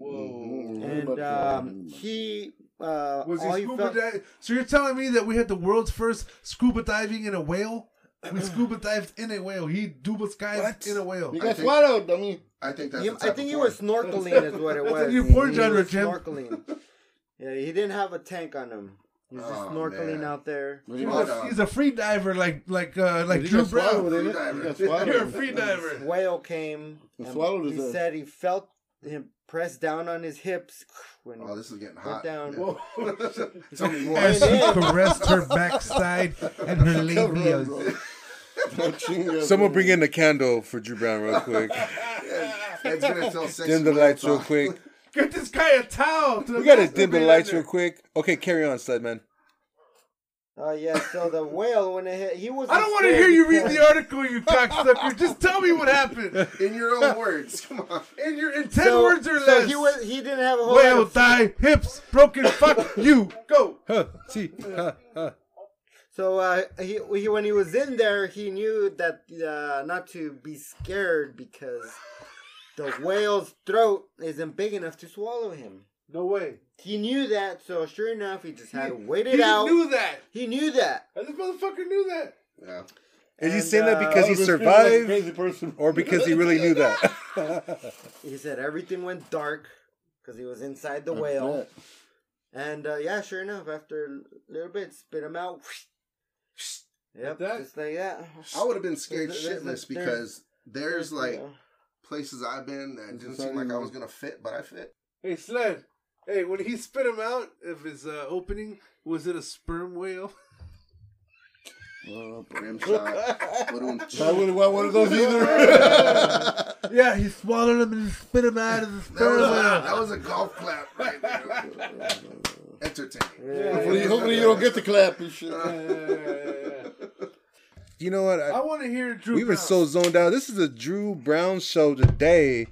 Speaker 3: Mm-hmm.
Speaker 4: Mm-hmm.
Speaker 1: Whoa.
Speaker 5: and um, he uh,
Speaker 1: Was
Speaker 5: all
Speaker 1: he
Speaker 5: he
Speaker 1: scuba
Speaker 5: felt-
Speaker 1: diving? So you're telling me that we had the world's first scuba diving in a whale? We scuba dived in a whale. He duba skived
Speaker 6: What?
Speaker 1: in a whale.
Speaker 3: You
Speaker 4: I
Speaker 3: got
Speaker 4: think-
Speaker 3: swallowed. I mean,
Speaker 4: I think that's.
Speaker 5: You-
Speaker 4: the
Speaker 5: I
Speaker 4: type
Speaker 5: think
Speaker 4: of
Speaker 5: he
Speaker 4: porn.
Speaker 5: was snorkeling, is what it was.
Speaker 1: new porn
Speaker 5: He
Speaker 1: genre,
Speaker 5: was
Speaker 1: Jim.
Speaker 5: Snorkeling. Yeah, he didn't have a tank on him. He was just
Speaker 4: Oh,
Speaker 5: snorkeling
Speaker 4: man.
Speaker 5: out there.
Speaker 3: you
Speaker 1: He's
Speaker 4: Well
Speaker 1: a,
Speaker 4: done.
Speaker 1: he's a free diver, like like uh, like
Speaker 3: you
Speaker 1: Drew
Speaker 3: got
Speaker 1: Brown.
Speaker 3: swallowed in it.
Speaker 4: Freediver.
Speaker 3: You got swallowed.
Speaker 1: You're a free diver.
Speaker 5: Whale came.
Speaker 3: The
Speaker 5: and
Speaker 3: swallow is
Speaker 5: he
Speaker 3: a-
Speaker 5: said he felt him press down on his hips when
Speaker 4: Oh, this is getting hot.
Speaker 5: down.
Speaker 4: Yeah. Tell me more.
Speaker 1: As he caressed her backside and her labias.
Speaker 6: Someone bring in a candle for Drew Brown real quick.
Speaker 4: Ed's gonna tell sex.
Speaker 6: dim the lights real quick.
Speaker 1: Get this guy a towel.
Speaker 6: We gotta dim the lights real quick. Okay, carry on, sled man.
Speaker 5: Oh yeah, so the whale when it hit, he was.
Speaker 1: I don't want to hear you read the article, you cocksucker. Just tell me what happened.
Speaker 4: in your own words. Come on.
Speaker 1: In your in ten words or
Speaker 5: So
Speaker 1: less.
Speaker 5: he was. He didn't have a whole. lot
Speaker 1: Whale,
Speaker 5: of,
Speaker 1: thigh, hips, broken. Fuck you. Go.
Speaker 6: Huh, see, huh, huh.
Speaker 5: so uh, he, he when he was in there, he knew that uh, not to be scared because the whale's throat isn't big enough to swallow him.
Speaker 1: No way.
Speaker 5: He knew that, so sure enough, he just had to wait
Speaker 1: he
Speaker 5: it out.
Speaker 1: knew that.
Speaker 5: he knew that.
Speaker 1: This motherfucker knew that.
Speaker 4: Yeah.
Speaker 6: Is he
Speaker 5: And,
Speaker 6: saying that
Speaker 5: uh,
Speaker 6: because he survived
Speaker 3: Crazy person.
Speaker 6: or because he really knew that?
Speaker 5: He said everything went dark because he was inside the whale. And uh, yeah, sure enough, after a little bit, spit him out. Yep,
Speaker 1: that?
Speaker 5: just like that.
Speaker 4: I would have been scared
Speaker 5: There's- there's-
Speaker 4: shitless
Speaker 5: there's-
Speaker 4: because there's like
Speaker 5: Yeah.
Speaker 4: places I've been that didn't seem like I was gonna fit, but I fit.
Speaker 1: Hey, Sled. Hey, when he spit him out of his uh, opening, was it a sperm whale?
Speaker 4: Rim shot. Ba-dum.
Speaker 3: I wouldn't want one of those either.
Speaker 1: yeah, he swallowed him and spit him out of the
Speaker 4: That was, a, that was a golf clap right there. Entertaining.
Speaker 3: hopefully, hopefully you don't get the clap and shit.
Speaker 6: You know what?
Speaker 1: I
Speaker 6: I,
Speaker 1: want to hear Drew.
Speaker 6: we were
Speaker 1: Brown.
Speaker 6: so zoned out. This is a Drew Brown show today.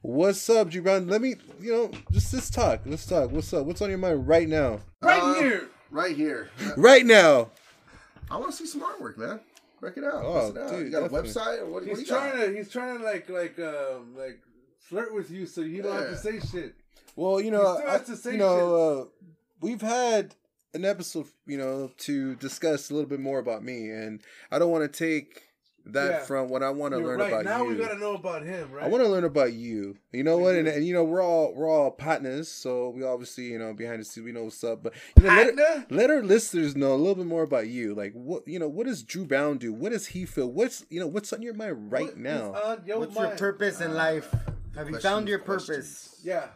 Speaker 6: What's up, Drew Brown? Let me, you know, just let's talk. Let's talk. What's up? What's on your mind right now?
Speaker 1: right
Speaker 4: Uh,
Speaker 1: here.
Speaker 4: Right here.
Speaker 6: Right now.
Speaker 4: I want to see some artwork, man. Break it out.
Speaker 6: Oh,
Speaker 4: Bust it out.
Speaker 6: dude,
Speaker 4: you got
Speaker 6: definitely.
Speaker 4: a website? Or what, what do
Speaker 1: He's
Speaker 4: you got?
Speaker 1: trying to. He's trying to like like um like flirt with you so you don't have to say shit.
Speaker 6: Well, you know,
Speaker 1: still
Speaker 6: I,
Speaker 1: has to say
Speaker 6: you know, uh, we've had an episode, you know, to discuss a little bit more about me, and I don't want to take that
Speaker 1: Yeah.
Speaker 6: from what I want to
Speaker 1: You're
Speaker 6: learn
Speaker 1: right.
Speaker 6: about
Speaker 1: now
Speaker 6: you.
Speaker 1: we gotta know about him, right?
Speaker 6: I want to learn about you. You know what? And, and you know, we're all we're all partners, so we obviously, you know, behind the scenes, we know what's up. But you know, let,
Speaker 1: Partner?
Speaker 6: our, let our listeners know a little bit more about you. Like, what you know, what does Drew Brown do? What does he feel? What's you know, what's on your mind right
Speaker 1: What is
Speaker 6: now?
Speaker 1: on your
Speaker 5: What's your
Speaker 1: mind?
Speaker 5: purpose
Speaker 6: Ah,
Speaker 5: in life? Have you found your purpose?
Speaker 1: Yeah.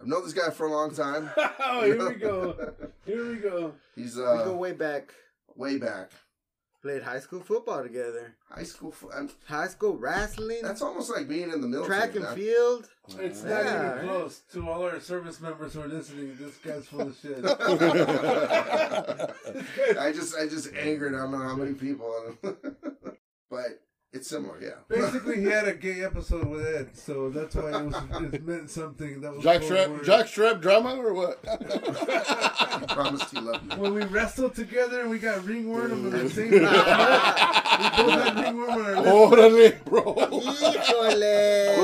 Speaker 4: I've known this guy for a long time.
Speaker 1: Oh, here we go. Here we go.
Speaker 4: He's
Speaker 5: we go
Speaker 4: uh,
Speaker 5: way back.
Speaker 4: way back.
Speaker 5: Played high school football together.
Speaker 4: High school. fo- I'm,
Speaker 5: High school wrestling,
Speaker 4: that's almost like being in the military.
Speaker 5: track and
Speaker 4: man.
Speaker 5: field.
Speaker 1: It's
Speaker 5: Yeah,
Speaker 1: not
Speaker 5: right?
Speaker 1: even close to all our service members who are listening. This guy's full of shit.
Speaker 4: I just, I just angered. I don't know how many people. but it's similar, yeah.
Speaker 1: Basically, he had a gay episode with Ed, so that's why it, was, it meant something. That was
Speaker 3: Jockstrap,
Speaker 1: forward.
Speaker 3: jockstrap drama or what?
Speaker 4: I promised you love you.
Speaker 1: When we wrestled together and we got ringworm on the same time, we both had ringworm on our lips.
Speaker 3: Orale, bro.
Speaker 5: Híjole.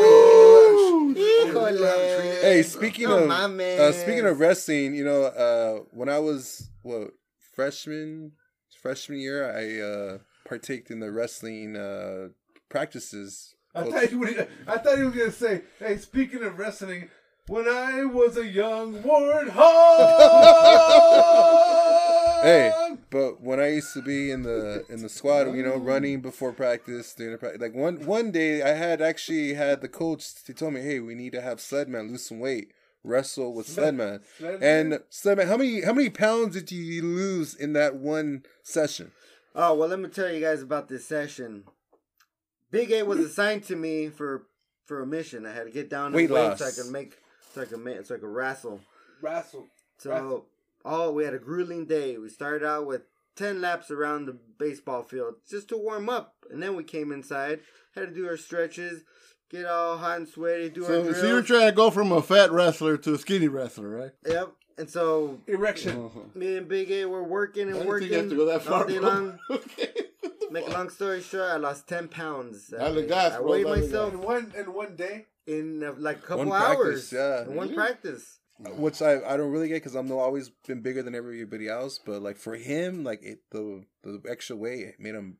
Speaker 5: Híjole.
Speaker 6: Hey, speaking
Speaker 5: No
Speaker 6: of
Speaker 5: mames.
Speaker 6: uh, speaking of wrestling, you know, uh, when I was what freshman freshman year, I uh, partaked in the wrestling uh, practices.
Speaker 1: I thought, he would, I thought he was going to say, hey, speaking of wrestling, when I was a young warthog.
Speaker 6: Hey,
Speaker 1: Um,
Speaker 6: but when I used to be in the in the squad, you know, running before practice, doing a practice, like one one day, I had actually had the coach. He told me, "Hey, we need to have Sledman lose some weight, wrestle with Sledman."
Speaker 1: Sledman.
Speaker 6: And Sledman, how many how many pounds did you lose in that one session?
Speaker 5: Oh well, let me tell you guys about this session. Big A was assigned to me for for a mission. I had to get down and
Speaker 6: Weight
Speaker 5: weight so I
Speaker 6: loss.
Speaker 5: could make so I could make so I could wrestle.
Speaker 1: Wrestle.
Speaker 5: So oh, we had a grueling day. We started out with ten laps around the baseball field just to warm up, and then we came inside, had to do our stretches, get all hot and sweaty, do our
Speaker 3: So,
Speaker 5: drills.
Speaker 3: so you're trying to go from a fat wrestler to a skinny wrestler, right?
Speaker 5: Yep. And so
Speaker 1: Erection.
Speaker 5: me and Big A were working
Speaker 3: I
Speaker 5: and
Speaker 3: didn't
Speaker 5: working.
Speaker 3: think you have to go that
Speaker 5: all
Speaker 3: far.
Speaker 5: day
Speaker 3: bro.
Speaker 5: long.
Speaker 3: okay. What the
Speaker 5: Make a
Speaker 3: fuck?
Speaker 5: long story short, I lost ten pounds. that
Speaker 3: Dale
Speaker 5: day.
Speaker 3: gas,
Speaker 5: I
Speaker 3: bro,
Speaker 5: weighed
Speaker 3: dale
Speaker 5: myself
Speaker 1: In one in one day.
Speaker 5: in uh, like a couple
Speaker 6: One
Speaker 5: hours.
Speaker 6: practice, yeah.
Speaker 5: in one
Speaker 3: Really?
Speaker 5: practice.
Speaker 6: which I, I don't really get because I'm always been bigger than everybody else, but like for him, like it, the the extra weight it made him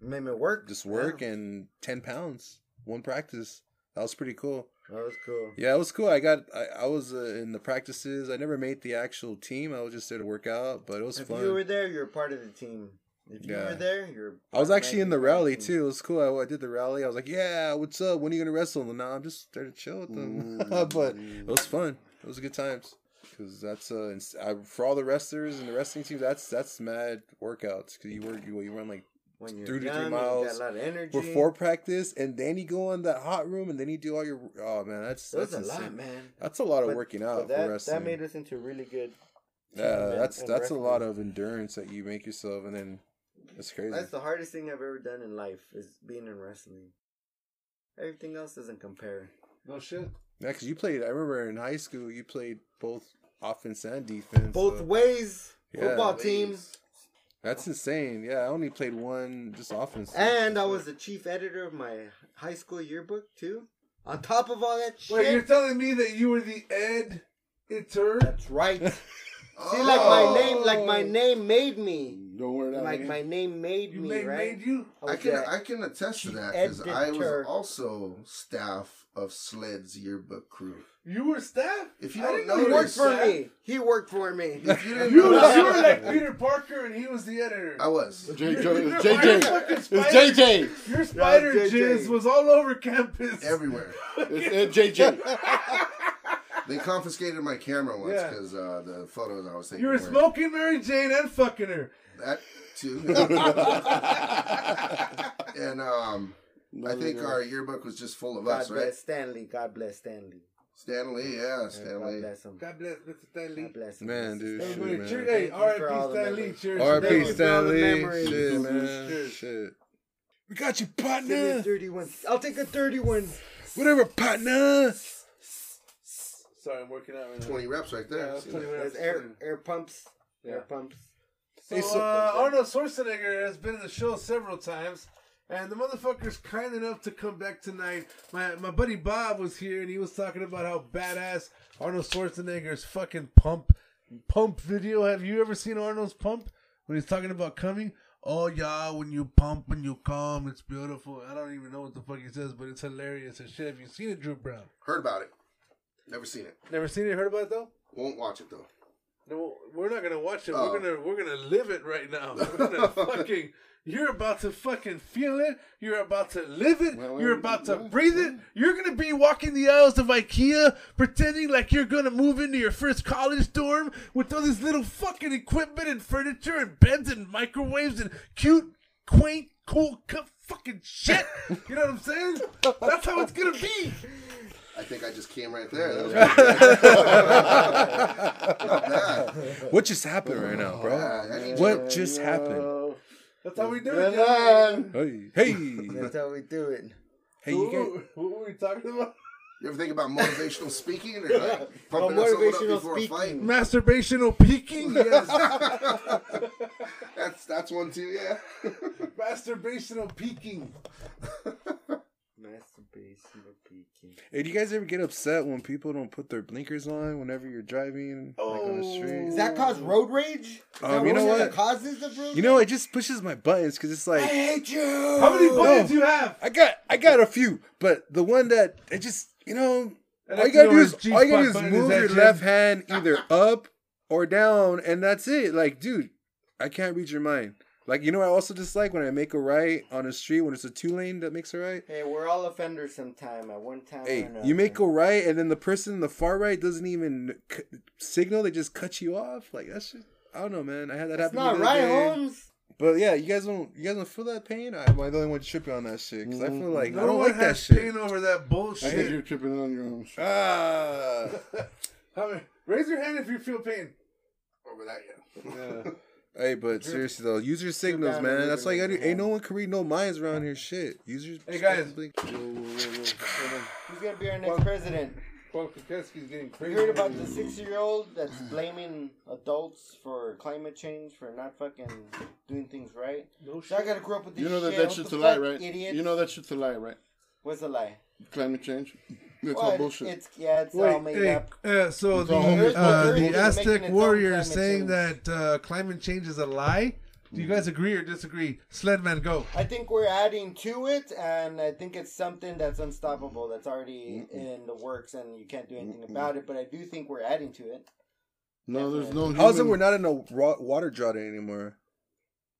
Speaker 5: Made me work.
Speaker 6: just work and ten pounds one practice. That was pretty cool.
Speaker 5: Yeah. That was cool.
Speaker 6: Yeah, it was cool. I got I, I was uh, in the practices. I never made the actual team. I was just there to work out, but it was
Speaker 5: if
Speaker 6: fun.
Speaker 5: you were there, you're part of the team. If you
Speaker 6: Yeah.
Speaker 5: were there, you're.
Speaker 6: I was actually in the rally
Speaker 5: automatically
Speaker 6: too. It was cool. I, I did the rally. I was like, "Yeah, what's up? When are you gonna wrestle?" And now I'm just there to chill with them. but it was fun. It was good times because that's uh ins- I, for all the wrestlers and the wrestling team. That's that's mad workouts because you work you, you run like
Speaker 5: When you're
Speaker 6: three to three
Speaker 5: young, You got
Speaker 6: miles
Speaker 5: a lot of energy.
Speaker 6: before practice, and then you go in that hot room, and then you do all your oh man, that's
Speaker 5: That's
Speaker 6: that's
Speaker 5: a
Speaker 6: insane.
Speaker 5: lot, man.
Speaker 6: That's a lot of
Speaker 5: But-
Speaker 6: working
Speaker 5: But
Speaker 6: out for
Speaker 5: that,
Speaker 6: wrestling.
Speaker 5: that made us into a really good.
Speaker 6: yeah,
Speaker 5: and-
Speaker 6: that's
Speaker 5: and
Speaker 6: that's a
Speaker 5: wrestling.
Speaker 6: lot of endurance that you make yourself, and then it's crazy.
Speaker 5: That's the hardest thing I've ever done in life is being in wrestling. Everything else doesn't compare.
Speaker 1: No shit.
Speaker 6: Yeah, because you played. I remember in high school, you played both offense and defense.
Speaker 5: Both
Speaker 6: so
Speaker 5: ways,
Speaker 6: Yeah.
Speaker 5: football teams,
Speaker 6: That's insane. Yeah, I only played one just offense.
Speaker 5: and I was the chief editor of my high school yearbook too. On top of all that shit,
Speaker 1: Wait, you're telling me that you were the Ed Itter?
Speaker 5: that's right.
Speaker 4: Oh.
Speaker 5: See, like my name, like my name made me.
Speaker 3: Don't worry that
Speaker 5: Like
Speaker 3: man.
Speaker 5: my name made
Speaker 1: You
Speaker 5: me,
Speaker 1: made,
Speaker 5: right?
Speaker 1: made you?
Speaker 4: I
Speaker 5: was
Speaker 4: can
Speaker 5: that-
Speaker 4: I can attest to that because I was
Speaker 5: Editor.
Speaker 4: also staff of Sled's yearbook crew.
Speaker 1: You were staff?
Speaker 4: If you
Speaker 1: I
Speaker 4: don't
Speaker 1: didn't
Speaker 4: know,
Speaker 1: know
Speaker 5: he
Speaker 1: you
Speaker 4: you're
Speaker 5: worked for
Speaker 4: staff.
Speaker 5: me. He worked for me.
Speaker 4: If you didn't
Speaker 1: You,
Speaker 4: know,
Speaker 1: was- you were like Peter Parker and he was the editor.
Speaker 4: I was.
Speaker 3: JJ.
Speaker 1: You're-
Speaker 3: It's
Speaker 1: you're
Speaker 3: JJ.
Speaker 1: fucking
Speaker 3: It's
Speaker 1: spider-
Speaker 3: JJ.
Speaker 1: Your spider
Speaker 5: JJ.
Speaker 1: jizz was all over campus.
Speaker 4: Everywhere.
Speaker 3: It's uh, JJ.
Speaker 4: They confiscated my camera once
Speaker 1: Yeah.
Speaker 4: because uh, the photos I was taking.
Speaker 1: you were
Speaker 4: weren't-
Speaker 1: smoking Mary Jane and fucking her.
Speaker 4: That too. and um, I think our yearbook was just full of
Speaker 5: God
Speaker 4: us,
Speaker 5: bless
Speaker 4: right?
Speaker 5: Stanley. God bless Stanley.
Speaker 4: Stanley, yeah,
Speaker 5: God
Speaker 4: Stanley.
Speaker 5: bless him.
Speaker 1: God bless Mr. Stanley.
Speaker 5: God bless him.
Speaker 6: Man, dude,
Speaker 5: Stanley.
Speaker 1: Everybody
Speaker 6: man.
Speaker 1: cheer-
Speaker 5: Thank
Speaker 1: Hey,
Speaker 5: you
Speaker 1: R.I.P.
Speaker 5: for all the
Speaker 1: Stan Lee. Cheers.
Speaker 5: memories. Thank you for all the
Speaker 6: R.P. Stanley.
Speaker 5: memories.
Speaker 6: Shit, man.
Speaker 1: Cheers.
Speaker 6: Shit. We got you,
Speaker 5: Give me a
Speaker 6: partner.
Speaker 5: dirty one. I'll take a dirty one.
Speaker 6: Whatever, partner.
Speaker 1: Sorry, I'm working out right now.
Speaker 4: Twenty reps right
Speaker 1: Yeah,
Speaker 4: there.
Speaker 1: that's 20
Speaker 5: There's
Speaker 1: reps.
Speaker 5: air air pumps.
Speaker 1: Yeah.
Speaker 5: Air pumps.
Speaker 1: So, uh, Arnold Schwarzenegger has been in the show several times, and the motherfucker's kind enough to come back tonight. My my buddy Bob was here, and he was talking about how badass Arnold Schwarzenegger's fucking pump pump video. Have you ever seen Arnold's pump when he's talking about coming? Oh yeah, when you pump and you come, it's beautiful. I don't even know what the fuck he says, but it's hilarious as shit. Have you seen it, Drew Brown?
Speaker 4: Heard about it. Never seen it.
Speaker 1: Never seen it. Heard about it though.
Speaker 4: Won't watch it though.
Speaker 1: No, we're not gonna watch it.
Speaker 4: Oh.
Speaker 1: We're gonna we're gonna live it right now. We're gonna fucking. You're about to fucking feel it. You're about to live it.
Speaker 3: Well,
Speaker 1: you're
Speaker 3: well,
Speaker 1: about to
Speaker 3: well,
Speaker 1: breathe it. You're gonna be walking the aisles of IKEA, pretending like you're gonna move into your first college dorm with all this little fucking equipment and furniture and beds and microwaves and cute, quaint, cool cu- fucking shit. you know what I'm saying? That's how it's gonna be.
Speaker 4: I think I just came right there. That was pretty good. Not bad.
Speaker 6: What just happened right now,
Speaker 4: Yeah,
Speaker 6: bro?
Speaker 4: I need you.
Speaker 6: What just happened?
Speaker 1: That's how we do it.
Speaker 3: And
Speaker 1: Johnny.
Speaker 3: then,
Speaker 6: Hey, hey,
Speaker 5: That's how we do it.
Speaker 6: hey!
Speaker 1: What
Speaker 6: You guys,
Speaker 1: were- what were we talking about?
Speaker 4: You ever think about motivational speaking or like pumping someone
Speaker 5: Oh,
Speaker 4: up
Speaker 5: motivational
Speaker 4: before a fight?
Speaker 5: speaking.
Speaker 1: Masturbational peaking? Yes.
Speaker 4: That's that's one too. Yeah.
Speaker 1: Masturbational peaking.
Speaker 5: Masturbation of peeking.
Speaker 6: hey, do you guys ever get upset when people don't put their blinkers on whenever you're driving, like on the street?
Speaker 5: Does that cause road rage? Is
Speaker 6: Um,
Speaker 5: that
Speaker 6: you know
Speaker 5: one of
Speaker 6: what?
Speaker 5: the causes of road
Speaker 6: You know, it just pushes my buttons because it's like.
Speaker 5: hate you.
Speaker 1: How many buttons
Speaker 6: no.
Speaker 1: you have?
Speaker 6: I got I got a few, but the one that it just you know
Speaker 1: I'd
Speaker 6: all
Speaker 1: like to
Speaker 6: you
Speaker 1: know
Speaker 6: gotta do
Speaker 1: where
Speaker 6: is
Speaker 1: his
Speaker 6: all you
Speaker 1: G-spot
Speaker 6: gotta do is
Speaker 1: button is
Speaker 6: move
Speaker 1: at,
Speaker 6: your
Speaker 1: Jim.
Speaker 6: left hand either up or down, and that's it. Like, dude, I can't read your mind. Like, you know, what I also dislike when I make a right on a street when it's a two lane that makes a right.
Speaker 5: Hey, we're all offenders sometime at one time or
Speaker 6: Hey,
Speaker 5: another.
Speaker 6: you make a right, and then the person in the far right doesn't even c- signal; they just cut you off. Like that's just I don't know, man. I had that
Speaker 5: That's
Speaker 6: happen. to me
Speaker 5: not right,
Speaker 6: the other day.
Speaker 5: Holmes.
Speaker 6: But yeah, you guys don't you guys don't feel that pain. I, am I the only one tripping on that shit? Because I feel like I don't
Speaker 1: one
Speaker 6: like that
Speaker 1: has
Speaker 6: shit.
Speaker 1: pain over that
Speaker 3: I think
Speaker 1: bullshit.
Speaker 3: you're tripping on your own. shit.
Speaker 6: Ah.
Speaker 1: How many- raise your hand if you feel pain.
Speaker 4: Over that. Yeah.
Speaker 6: Hey, but seriously though, use your signals,
Speaker 5: down and
Speaker 6: man.
Speaker 5: leave
Speaker 6: That's
Speaker 5: it
Speaker 6: all you gotta
Speaker 5: alone.
Speaker 6: do. Ain't no one can read no minds around here. Shit. Use your.
Speaker 1: Hey, guys.
Speaker 6: Blink.
Speaker 5: He's gonna be our next president.
Speaker 3: Paul Kukeski's getting
Speaker 5: You
Speaker 3: crazy.
Speaker 5: heard about the six-year-old that's blaming adults for climate change for not fucking doing things right.
Speaker 3: No
Speaker 5: So I gotta grow up with this.
Speaker 3: You know that
Speaker 5: shit.
Speaker 3: that
Speaker 5: What
Speaker 3: shit's
Speaker 5: the
Speaker 3: a lie,
Speaker 5: fuck,
Speaker 3: right?
Speaker 5: Idiot.
Speaker 3: You know that shit's a lie, right?
Speaker 5: what's a lie?
Speaker 3: Climate change. It's
Speaker 5: Well,
Speaker 3: all bullshit.
Speaker 5: It's yeah, it's all made
Speaker 1: hey,
Speaker 5: up.
Speaker 1: uh, so
Speaker 3: It's
Speaker 1: the
Speaker 3: all homies.
Speaker 1: uh,
Speaker 5: Homies
Speaker 1: the
Speaker 5: making its
Speaker 1: Aztec
Speaker 5: own
Speaker 1: warrior
Speaker 5: climate
Speaker 1: is saying
Speaker 5: change.
Speaker 1: that uh, climate change is a lie. Do you guys agree or disagree? Sledman, go.
Speaker 5: I think we're adding to it, and I think it's something that's unstoppable. That's already in the works, and you can't do anything about it. But I do think we're adding to it.
Speaker 3: no, there's no.
Speaker 6: How's it
Speaker 3: human-
Speaker 6: we're not in a raw, water drought anymore?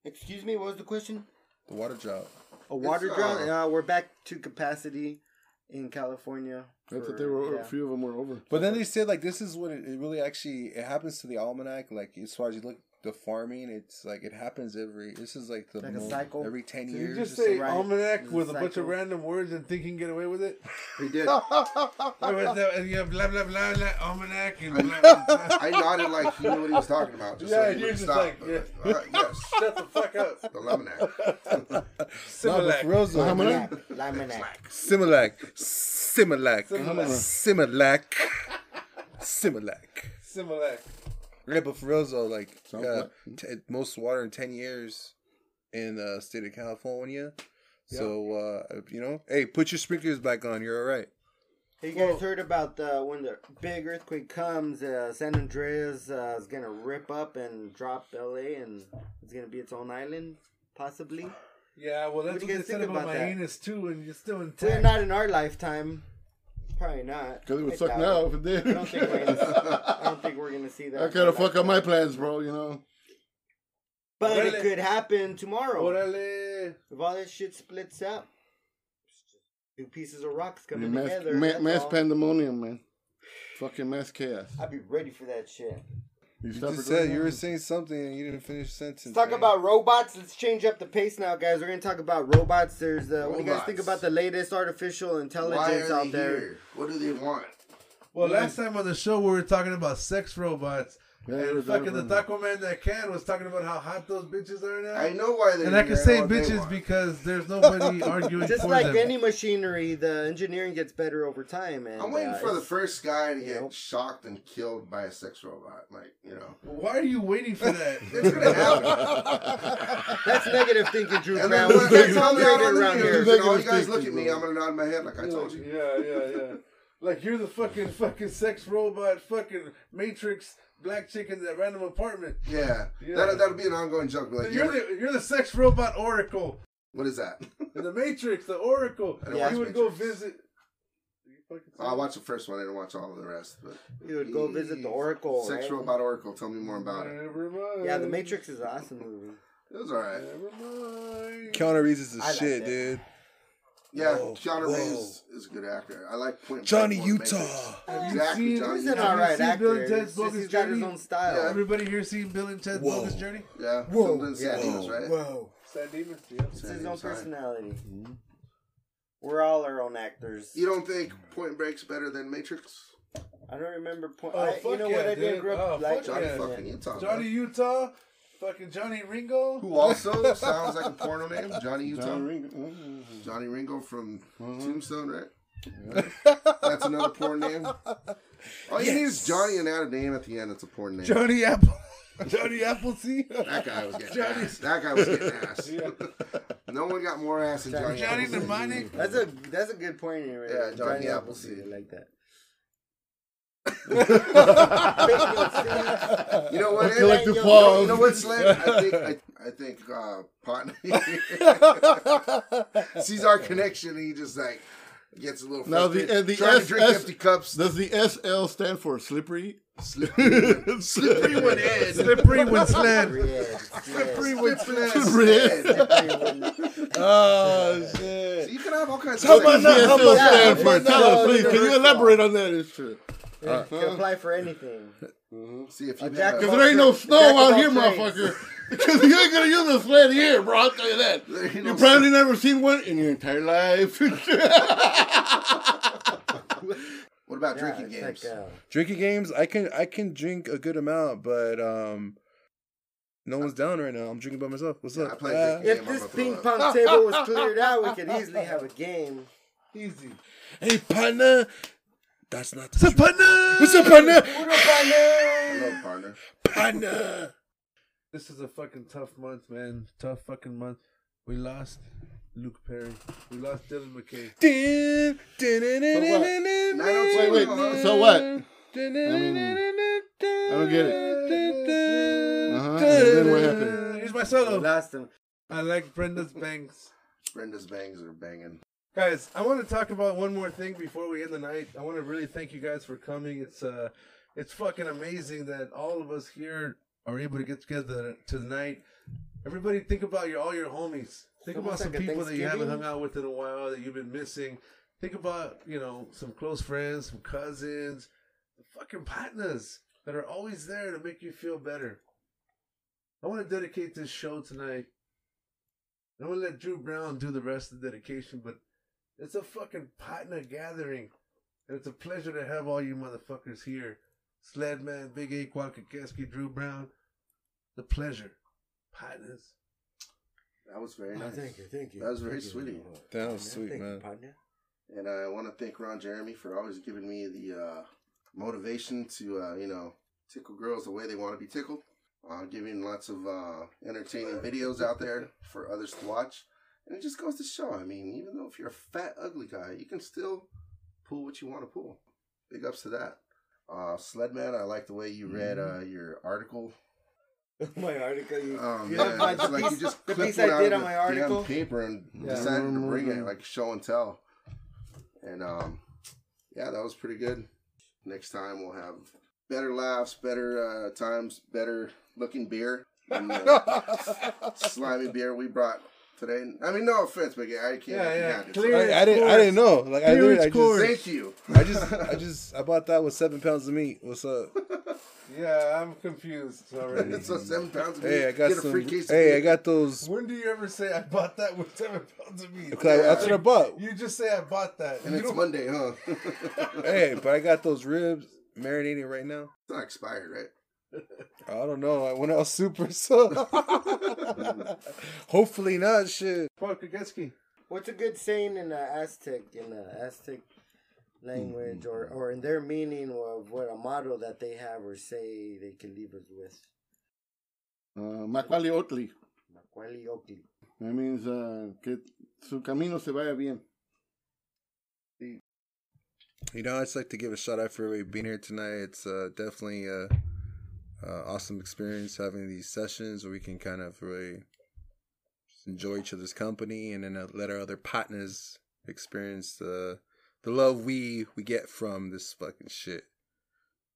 Speaker 5: Excuse me, what was the question?
Speaker 6: The water drought.
Speaker 5: A water drought.
Speaker 4: uh,
Speaker 5: Uh, we're back to capacity in California.
Speaker 3: I thought
Speaker 5: for-
Speaker 3: there were
Speaker 5: yeah.
Speaker 3: a few of them were over.
Speaker 6: But then they said like this is what it, it really actually it happens to the almanac. Like as far as you look, the farming, it's like it happens every. This is like the
Speaker 5: Like a
Speaker 6: mo-
Speaker 5: cycle?
Speaker 6: every ten
Speaker 1: Did you
Speaker 6: years.
Speaker 1: just
Speaker 6: or
Speaker 1: say
Speaker 5: right.
Speaker 1: almanac
Speaker 5: It's a
Speaker 1: with a bunch
Speaker 5: cycle.
Speaker 1: of random words and think you can get away with it?
Speaker 4: He
Speaker 1: Wait,
Speaker 4: did.
Speaker 1: what's that? And you have blah blah blah, blah almanac and blah, blah, blah.
Speaker 4: I nodded like he knew what he was talking about. Just
Speaker 1: Yeah,
Speaker 4: so he
Speaker 1: you're
Speaker 4: would
Speaker 1: just
Speaker 4: stop.
Speaker 1: like, yeah.
Speaker 4: Uh, yes,
Speaker 1: Shut the fuck up.
Speaker 4: the lemonade.
Speaker 6: something. No, but
Speaker 1: Similac.
Speaker 6: for reals, though,
Speaker 5: Laminac. Laminac.
Speaker 6: Similac. Similac. Similac. Similac.
Speaker 1: Similac.
Speaker 6: Yeah, but for real though, like
Speaker 3: Sounds
Speaker 6: uh,
Speaker 3: like-
Speaker 6: t- most water in ten years in the state of California. So uh, you know, hey, put your sprinklers back on. You're all right.
Speaker 5: Have you guys heard about the, when the big earthquake comes? Uh, San Andreas uh, is gonna rip up and drop LA, and it's gonna be its own island, possibly.
Speaker 1: Yeah, well, that's what,
Speaker 5: What do
Speaker 1: they
Speaker 5: you
Speaker 1: said
Speaker 5: guys think
Speaker 1: about,
Speaker 5: about
Speaker 1: my
Speaker 5: that?
Speaker 1: anus too, and you're still
Speaker 5: We're
Speaker 1: intact.
Speaker 5: not in our lifetime. Probably not.
Speaker 3: Because it
Speaker 5: I
Speaker 3: would suck
Speaker 5: doubt
Speaker 3: now
Speaker 5: it.
Speaker 3: if it did.
Speaker 5: I don't think we're gonna. I don't think we're gonna see that.
Speaker 3: I gotta fuck up my plans, bro. You know.
Speaker 5: But
Speaker 1: Really?
Speaker 5: it could happen tomorrow.
Speaker 1: Orale.
Speaker 5: If all this shit splits up, two pieces of rocks coming
Speaker 3: mass
Speaker 5: together.
Speaker 3: ma-
Speaker 5: that's
Speaker 3: mass
Speaker 5: all.
Speaker 3: pandemonium, man. Fucking mass chaos.
Speaker 5: I'd be ready for that shit.
Speaker 6: You
Speaker 3: stop
Speaker 6: just
Speaker 3: it right
Speaker 6: said you
Speaker 3: now?
Speaker 6: were saying something and you didn't finish the sentence.
Speaker 5: Let's talk
Speaker 6: man.
Speaker 5: about robots. Let's change up the pace now, guys. We're gonna talk about robots. There's uh, what do you guys
Speaker 4: Robots.
Speaker 5: think about the latest artificial
Speaker 4: Why
Speaker 5: intelligence
Speaker 4: are they
Speaker 5: out there?
Speaker 4: here? What do they want?
Speaker 1: Well, last time on the show, we were talking about sex robots.
Speaker 3: Yeah, it
Speaker 1: and
Speaker 3: was
Speaker 1: fucking the
Speaker 3: over.
Speaker 1: taco man that can was talking about how hot those bitches are now.
Speaker 4: I know why they're
Speaker 1: and I can
Speaker 4: here
Speaker 1: say
Speaker 4: what they
Speaker 1: bitches
Speaker 4: want.
Speaker 1: because there's nobody arguing
Speaker 5: Just
Speaker 1: for
Speaker 5: like
Speaker 1: them.
Speaker 5: any machinery, the engineering gets better over time. And
Speaker 4: I'm waiting
Speaker 5: uh,
Speaker 4: for the
Speaker 5: it's-
Speaker 4: first guy to get
Speaker 5: know.
Speaker 4: shocked and killed by a sex robot. Like, you know,
Speaker 1: Why are you waiting for that?
Speaker 4: it's gonna happen.
Speaker 5: that's negative thinking, Drew
Speaker 4: And
Speaker 5: Brown.
Speaker 4: then when
Speaker 5: We
Speaker 4: it
Speaker 5: get
Speaker 4: comes out on
Speaker 5: tolerated
Speaker 4: the
Speaker 5: around
Speaker 4: news,
Speaker 5: here.
Speaker 4: and all you guys look at me, I'm gonna nod my head like I told you.
Speaker 1: Yeah, yeah, yeah. Like you're the fucking fucking sex robot, fucking Matrix black chick in that random apartment.
Speaker 4: Yeah,
Speaker 1: Yeah.
Speaker 4: That, that'll be an ongoing joke. Like,
Speaker 1: You're
Speaker 4: yeah,
Speaker 1: the you're the sex robot Oracle
Speaker 4: what is that?
Speaker 1: in the Matrix, the Oracle.
Speaker 4: I
Speaker 1: You
Speaker 4: don't
Speaker 1: would
Speaker 4: watch
Speaker 1: go
Speaker 4: Matrix. Oh,
Speaker 1: visit. Are you fucking
Speaker 4: I watched the first one. I didn't watch all of the rest. But
Speaker 5: You would go visit the Oracle.
Speaker 4: Sex
Speaker 5: right?
Speaker 4: Robot Oracle. Tell me more about it.
Speaker 1: Never mind.
Speaker 5: Yeah, The Matrix is an awesome movie.
Speaker 4: It was alright.
Speaker 1: Never mind.
Speaker 6: Keanu Reeves is the
Speaker 5: I like
Speaker 6: shit,
Speaker 5: that.
Speaker 6: dude.
Speaker 4: Yeah,
Speaker 6: Whoa,
Speaker 4: Keanu
Speaker 6: whoa.
Speaker 4: Reeves is a good actor. I like Point
Speaker 6: Johnny
Speaker 4: Break more than
Speaker 6: Utah.
Speaker 4: Matrix.
Speaker 1: Have you
Speaker 4: Exactly,
Speaker 1: seen-
Speaker 4: Johnny
Speaker 5: He's an
Speaker 4: Utah.
Speaker 1: Have you
Speaker 5: alright
Speaker 1: seen Bill
Speaker 5: actor.
Speaker 1: and
Speaker 5: It's
Speaker 1: Ted's
Speaker 5: just
Speaker 1: Bogus
Speaker 5: He's got his
Speaker 1: Journey?
Speaker 5: own style.
Speaker 4: Yeah,
Speaker 1: Everybody here seen Bill and Ted's
Speaker 6: Whoa.
Speaker 1: Bogus Journey?
Speaker 4: Yeah,
Speaker 5: Whoa,
Speaker 4: filmed in San
Speaker 6: yeah.
Speaker 4: Dimas, right?
Speaker 5: Whoa.
Speaker 1: San Dimas, yeah.
Speaker 5: It's
Speaker 4: San
Speaker 5: his
Speaker 4: Dimas,
Speaker 5: own
Speaker 4: all right. Mm-hmm.
Speaker 5: personality. We're all our own actors.
Speaker 4: You don't think Point Break's better than Matrix?
Speaker 5: I don't remember point.
Speaker 1: Oh,
Speaker 5: I,
Speaker 1: fuck
Speaker 5: you know what?
Speaker 1: yeah,
Speaker 5: I didn't
Speaker 1: dude.
Speaker 5: grow
Speaker 1: Oh,
Speaker 5: up like
Speaker 1: fuck
Speaker 4: Johnny
Speaker 1: yeah.
Speaker 4: fucking Utah.
Speaker 1: Johnny
Speaker 4: man.
Speaker 1: Utah, fucking Johnny Ringo.
Speaker 4: Who also sounds like a porno name, Johnny Utah.
Speaker 3: John
Speaker 4: Johnny,
Speaker 3: Ringo. Uh-huh. Mm.
Speaker 4: Ringo from Tombstone, right? That's another porn name. All you need is Johnny and add a name at the end. It's a porn name.
Speaker 1: Johnny Apple. Johnny Appleseed.
Speaker 4: That guy was getting
Speaker 1: Johnny-
Speaker 4: ass. That guy was getting ass. no one got more ass than Johnny.
Speaker 1: Johnny
Speaker 4: Appleseed.
Speaker 1: Mnemonic.
Speaker 5: That's a that's a good point here. Right?
Speaker 4: Yeah,
Speaker 5: there.
Speaker 4: Johnny Appleseed.
Speaker 5: I like that.
Speaker 4: You know what?
Speaker 3: I feel
Speaker 4: Ed?
Speaker 3: like the
Speaker 4: you, know,
Speaker 3: pause.
Speaker 4: you know what, Slim? I think I, I think uh, Potney sees our connection, and he just like gets a little
Speaker 3: Now the-
Speaker 4: frustrated,
Speaker 3: and the
Speaker 4: trying to
Speaker 3: S-
Speaker 4: drink
Speaker 3: S-
Speaker 4: empty cups.
Speaker 3: Does the SL stand for slippery?
Speaker 4: Slippery when Ed.
Speaker 1: Slippery when sled.
Speaker 5: Red,
Speaker 4: Slippery when
Speaker 3: Slippery
Speaker 4: Ed.
Speaker 6: oh shit!
Speaker 4: You can have all kinds
Speaker 6: Come
Speaker 4: of.
Speaker 6: on
Speaker 4: sex.
Speaker 6: now.
Speaker 3: The SL
Speaker 5: yeah,
Speaker 3: stand for.
Speaker 5: yeah,
Speaker 3: Tell
Speaker 5: yeah,
Speaker 3: us, please.
Speaker 5: yeah,
Speaker 3: Can you
Speaker 5: yeah.
Speaker 3: elaborate on that and shit?
Speaker 5: you
Speaker 3: Uh-huh.
Speaker 5: can apply for anything.
Speaker 4: See if you have
Speaker 5: jack of
Speaker 3: Because
Speaker 4: a,
Speaker 5: all-
Speaker 3: there ain't no
Speaker 5: Jack of
Speaker 3: snow
Speaker 5: all
Speaker 3: out here,
Speaker 5: trades.
Speaker 3: motherfucker. Because you ain't gonna use a sled here, bro. I'll tell you that.
Speaker 4: There ain't
Speaker 3: You
Speaker 4: no
Speaker 3: probably never seen one in your entire life.
Speaker 4: what about
Speaker 5: Yeah,
Speaker 4: drinking
Speaker 5: it's
Speaker 4: games?
Speaker 5: Like, uh,
Speaker 6: Drinking games, I can I can drink a good amount, but um, no one's down right now. I'm drinking by myself. What's
Speaker 4: Yeah,
Speaker 6: up?
Speaker 4: I play
Speaker 6: Ah.
Speaker 4: drinking.
Speaker 5: if
Speaker 4: I'm
Speaker 5: this
Speaker 4: gonna
Speaker 5: ping
Speaker 4: throw
Speaker 5: pong table was cleared out, we could easily have a game.
Speaker 1: Easy.
Speaker 6: hey partner, That's not
Speaker 1: What's
Speaker 6: the
Speaker 1: up,
Speaker 6: truth.
Speaker 1: partner?
Speaker 6: What's up, partner?
Speaker 4: Hello, partner.
Speaker 6: Partner.
Speaker 1: This is a fucking tough month, man. Tough fucking month. We lost Luke Perry. We lost Dylan McKay.
Speaker 6: Dun, dun, dun, dun,
Speaker 3: what?
Speaker 6: dun, dun,
Speaker 4: Now
Speaker 3: oh
Speaker 4: don't
Speaker 6: dun,
Speaker 4: wait,
Speaker 6: dun,
Speaker 4: wait,
Speaker 3: so what?
Speaker 6: dun, dun,
Speaker 3: mean,
Speaker 6: dun, dun, dun,
Speaker 3: I don't get
Speaker 1: it.
Speaker 6: dun,
Speaker 3: Uh-huh, and
Speaker 6: dun,
Speaker 3: then what
Speaker 6: dun.
Speaker 3: happened?
Speaker 1: Uh, here's my solo.
Speaker 5: Last him.
Speaker 1: I like Brenda's bangs.
Speaker 4: Brenda's bangs are banging.
Speaker 1: Guys, I want to talk about one more thing before we end the night. I want to really thank you guys for coming. It's uh, it's fucking amazing that all of us here are able to get together tonight. Everybody, think about your all your homies. Think about
Speaker 5: Almost
Speaker 1: some
Speaker 5: like a
Speaker 1: people that you haven't
Speaker 5: Thanksgiving.
Speaker 1: hung out with in a while that you've been missing. Think about you know some close friends, some cousins, fucking partners that are always there to make you feel better. I want to dedicate this show tonight. I'm gonna let Drew Brown do the rest of the dedication, but it's a fucking partner gathering. And it's a pleasure to have all you motherfuckers here. Sledman, Big A, Kwakakeski, Drew Brown. The pleasure. Partners.
Speaker 4: That was very
Speaker 5: Oh,
Speaker 4: nice.
Speaker 5: thank you, thank you.
Speaker 4: That was very
Speaker 5: Thank you.
Speaker 4: sweet of you.
Speaker 6: That was
Speaker 5: Yeah,
Speaker 6: sweet,
Speaker 5: thank you,
Speaker 6: man.
Speaker 5: partner.
Speaker 4: And I want to thank Ron Jeremy for always giving me the uh, motivation to, uh, you know, tickle girls the way they want to be tickled. Uh, giving lots of uh, entertaining videos out there for others to watch. And it just goes to show, I mean, even though if you're a fat, ugly guy, you can still pull what you want to pull. Big ups to that. Uh, Sledman, I like the way you read
Speaker 5: Mm-hmm.
Speaker 4: uh, your article.
Speaker 5: my article. You,
Speaker 4: Oh, man.
Speaker 5: you know, my-
Speaker 4: It's like you just
Speaker 5: the
Speaker 4: clipped
Speaker 5: piece
Speaker 4: one
Speaker 5: I
Speaker 4: out
Speaker 5: did
Speaker 4: of
Speaker 5: on my
Speaker 4: the damn
Speaker 5: article.
Speaker 4: paper and
Speaker 5: Yeah.
Speaker 4: decided to bring it like show and tell. And um, yeah, that was pretty good. Next time we'll have better laughs, better uh, times, better looking beer. than the slimy beer we brought today. I mean, no offense, but yeah, I can't.
Speaker 1: Yeah, yeah.
Speaker 4: I can't.
Speaker 1: Clear-
Speaker 6: I, I didn't. I didn't know. Like I,
Speaker 1: Huge
Speaker 6: literally- I
Speaker 1: chords.
Speaker 6: just,
Speaker 4: Thank you.
Speaker 6: I just, I just, I bought that with seven pounds of meat. What's up?
Speaker 1: Yeah, I'm confused already.
Speaker 4: so seven pounds of meat.
Speaker 6: Hey, I got
Speaker 4: Get a free
Speaker 6: some.
Speaker 4: case of
Speaker 6: Hey, I
Speaker 4: beer.
Speaker 6: got those.
Speaker 1: when do you ever say I bought that with seven pounds of meat?
Speaker 6: 'cause I- That's what I bought.
Speaker 1: You just say I bought that.
Speaker 4: And
Speaker 1: You
Speaker 4: it's
Speaker 1: don't-
Speaker 4: Monday, huh? it's
Speaker 6: Hey, but I got those ribs marinating right now.
Speaker 4: not expired, right?
Speaker 6: I don't know. I went out super, so hopefully not. Shit.
Speaker 1: Fuck, Kageski.
Speaker 5: What's a good saying in the Aztec in the Aztec language or, or in their meaning of what a motto that they have or say they can leave us with?
Speaker 3: Uh, Macaulay Oatley.
Speaker 5: Macuali Oakley.
Speaker 3: That means uh, que su camino se vaya bien.
Speaker 6: You know, I just like to give a shout out for everybody being here tonight. It's uh, definitely a, uh awesome experience having these sessions where we can kind of really just enjoy each other's company and then uh, let our other partners experience the the love we we get from this fucking shit.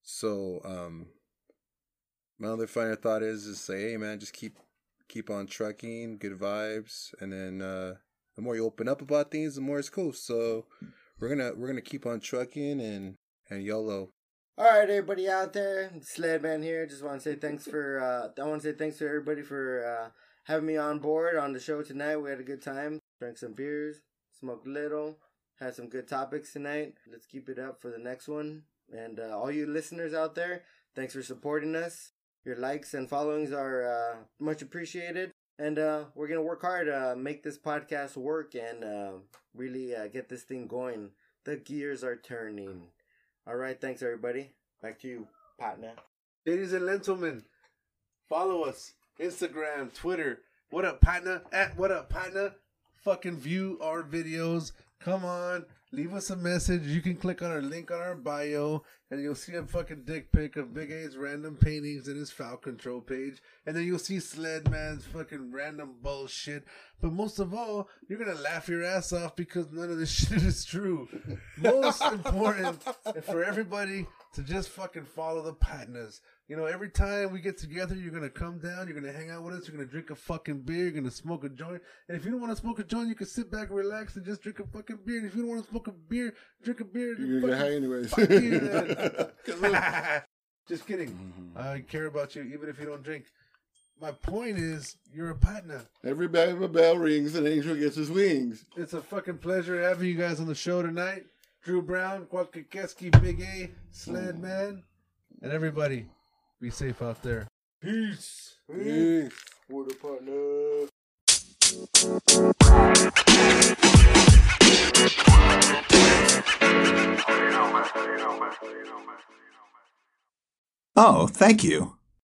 Speaker 6: So, um, my other final thought is is say, hey man, just keep keep on trucking, good vibes, and then uh, the more you open up about things, the more it's cool. So we're gonna we're gonna keep on trucking and and YOLO.
Speaker 5: All right, everybody out there, Sledman here. Just want to say thanks for uh, I want to say thanks to everybody for uh, having me on board on the show tonight. We had a good time, drank some beers, smoked a little, had some good topics tonight. Let's keep it up for the next one. And uh, all you listeners out there, thanks for supporting us. Your likes and followings are uh, much appreciated. And uh, we're gonna work hard to uh, make this podcast work and uh, really uh, get this thing going. The gears are turning. All right, thanks everybody. Back to you, partner.
Speaker 1: Ladies and gentlemen, follow us Instagram, Twitter. What up, partner? At what up, partner? Fucking view our videos. Come on, leave us a message. You can click on our link on our bio, and you'll see a fucking dick pic of Big A's random paintings in his foul control page, and then you'll see Sledman's fucking random bullshit. But most of all, you're gonna laugh your ass off because none of this shit is true. Most important for everybody to just fucking follow the partners. You know, every time we get together, you're gonna come down, you're gonna hang out with us, you're gonna drink a fucking beer, you're gonna smoke a joint. And if you don't want to smoke a joint, you can sit back and relax and just drink a fucking beer. And if you don't want to smoke a beer, drink a beer.
Speaker 3: You're gonna get high anyways.
Speaker 1: fuck you then. 'Cause we're- just kidding. I care about you, even if you don't drink. My point is, you're a partner.
Speaker 3: Every time a bell rings, an angel gets his wings.
Speaker 1: It's a fucking pleasure having you guys on the show tonight. Drew Brown, Kwakakeski, Big A, Sled Man, and everybody. Be safe out there. Peace.
Speaker 7: You know, man. You know.
Speaker 8: Oh, thank you.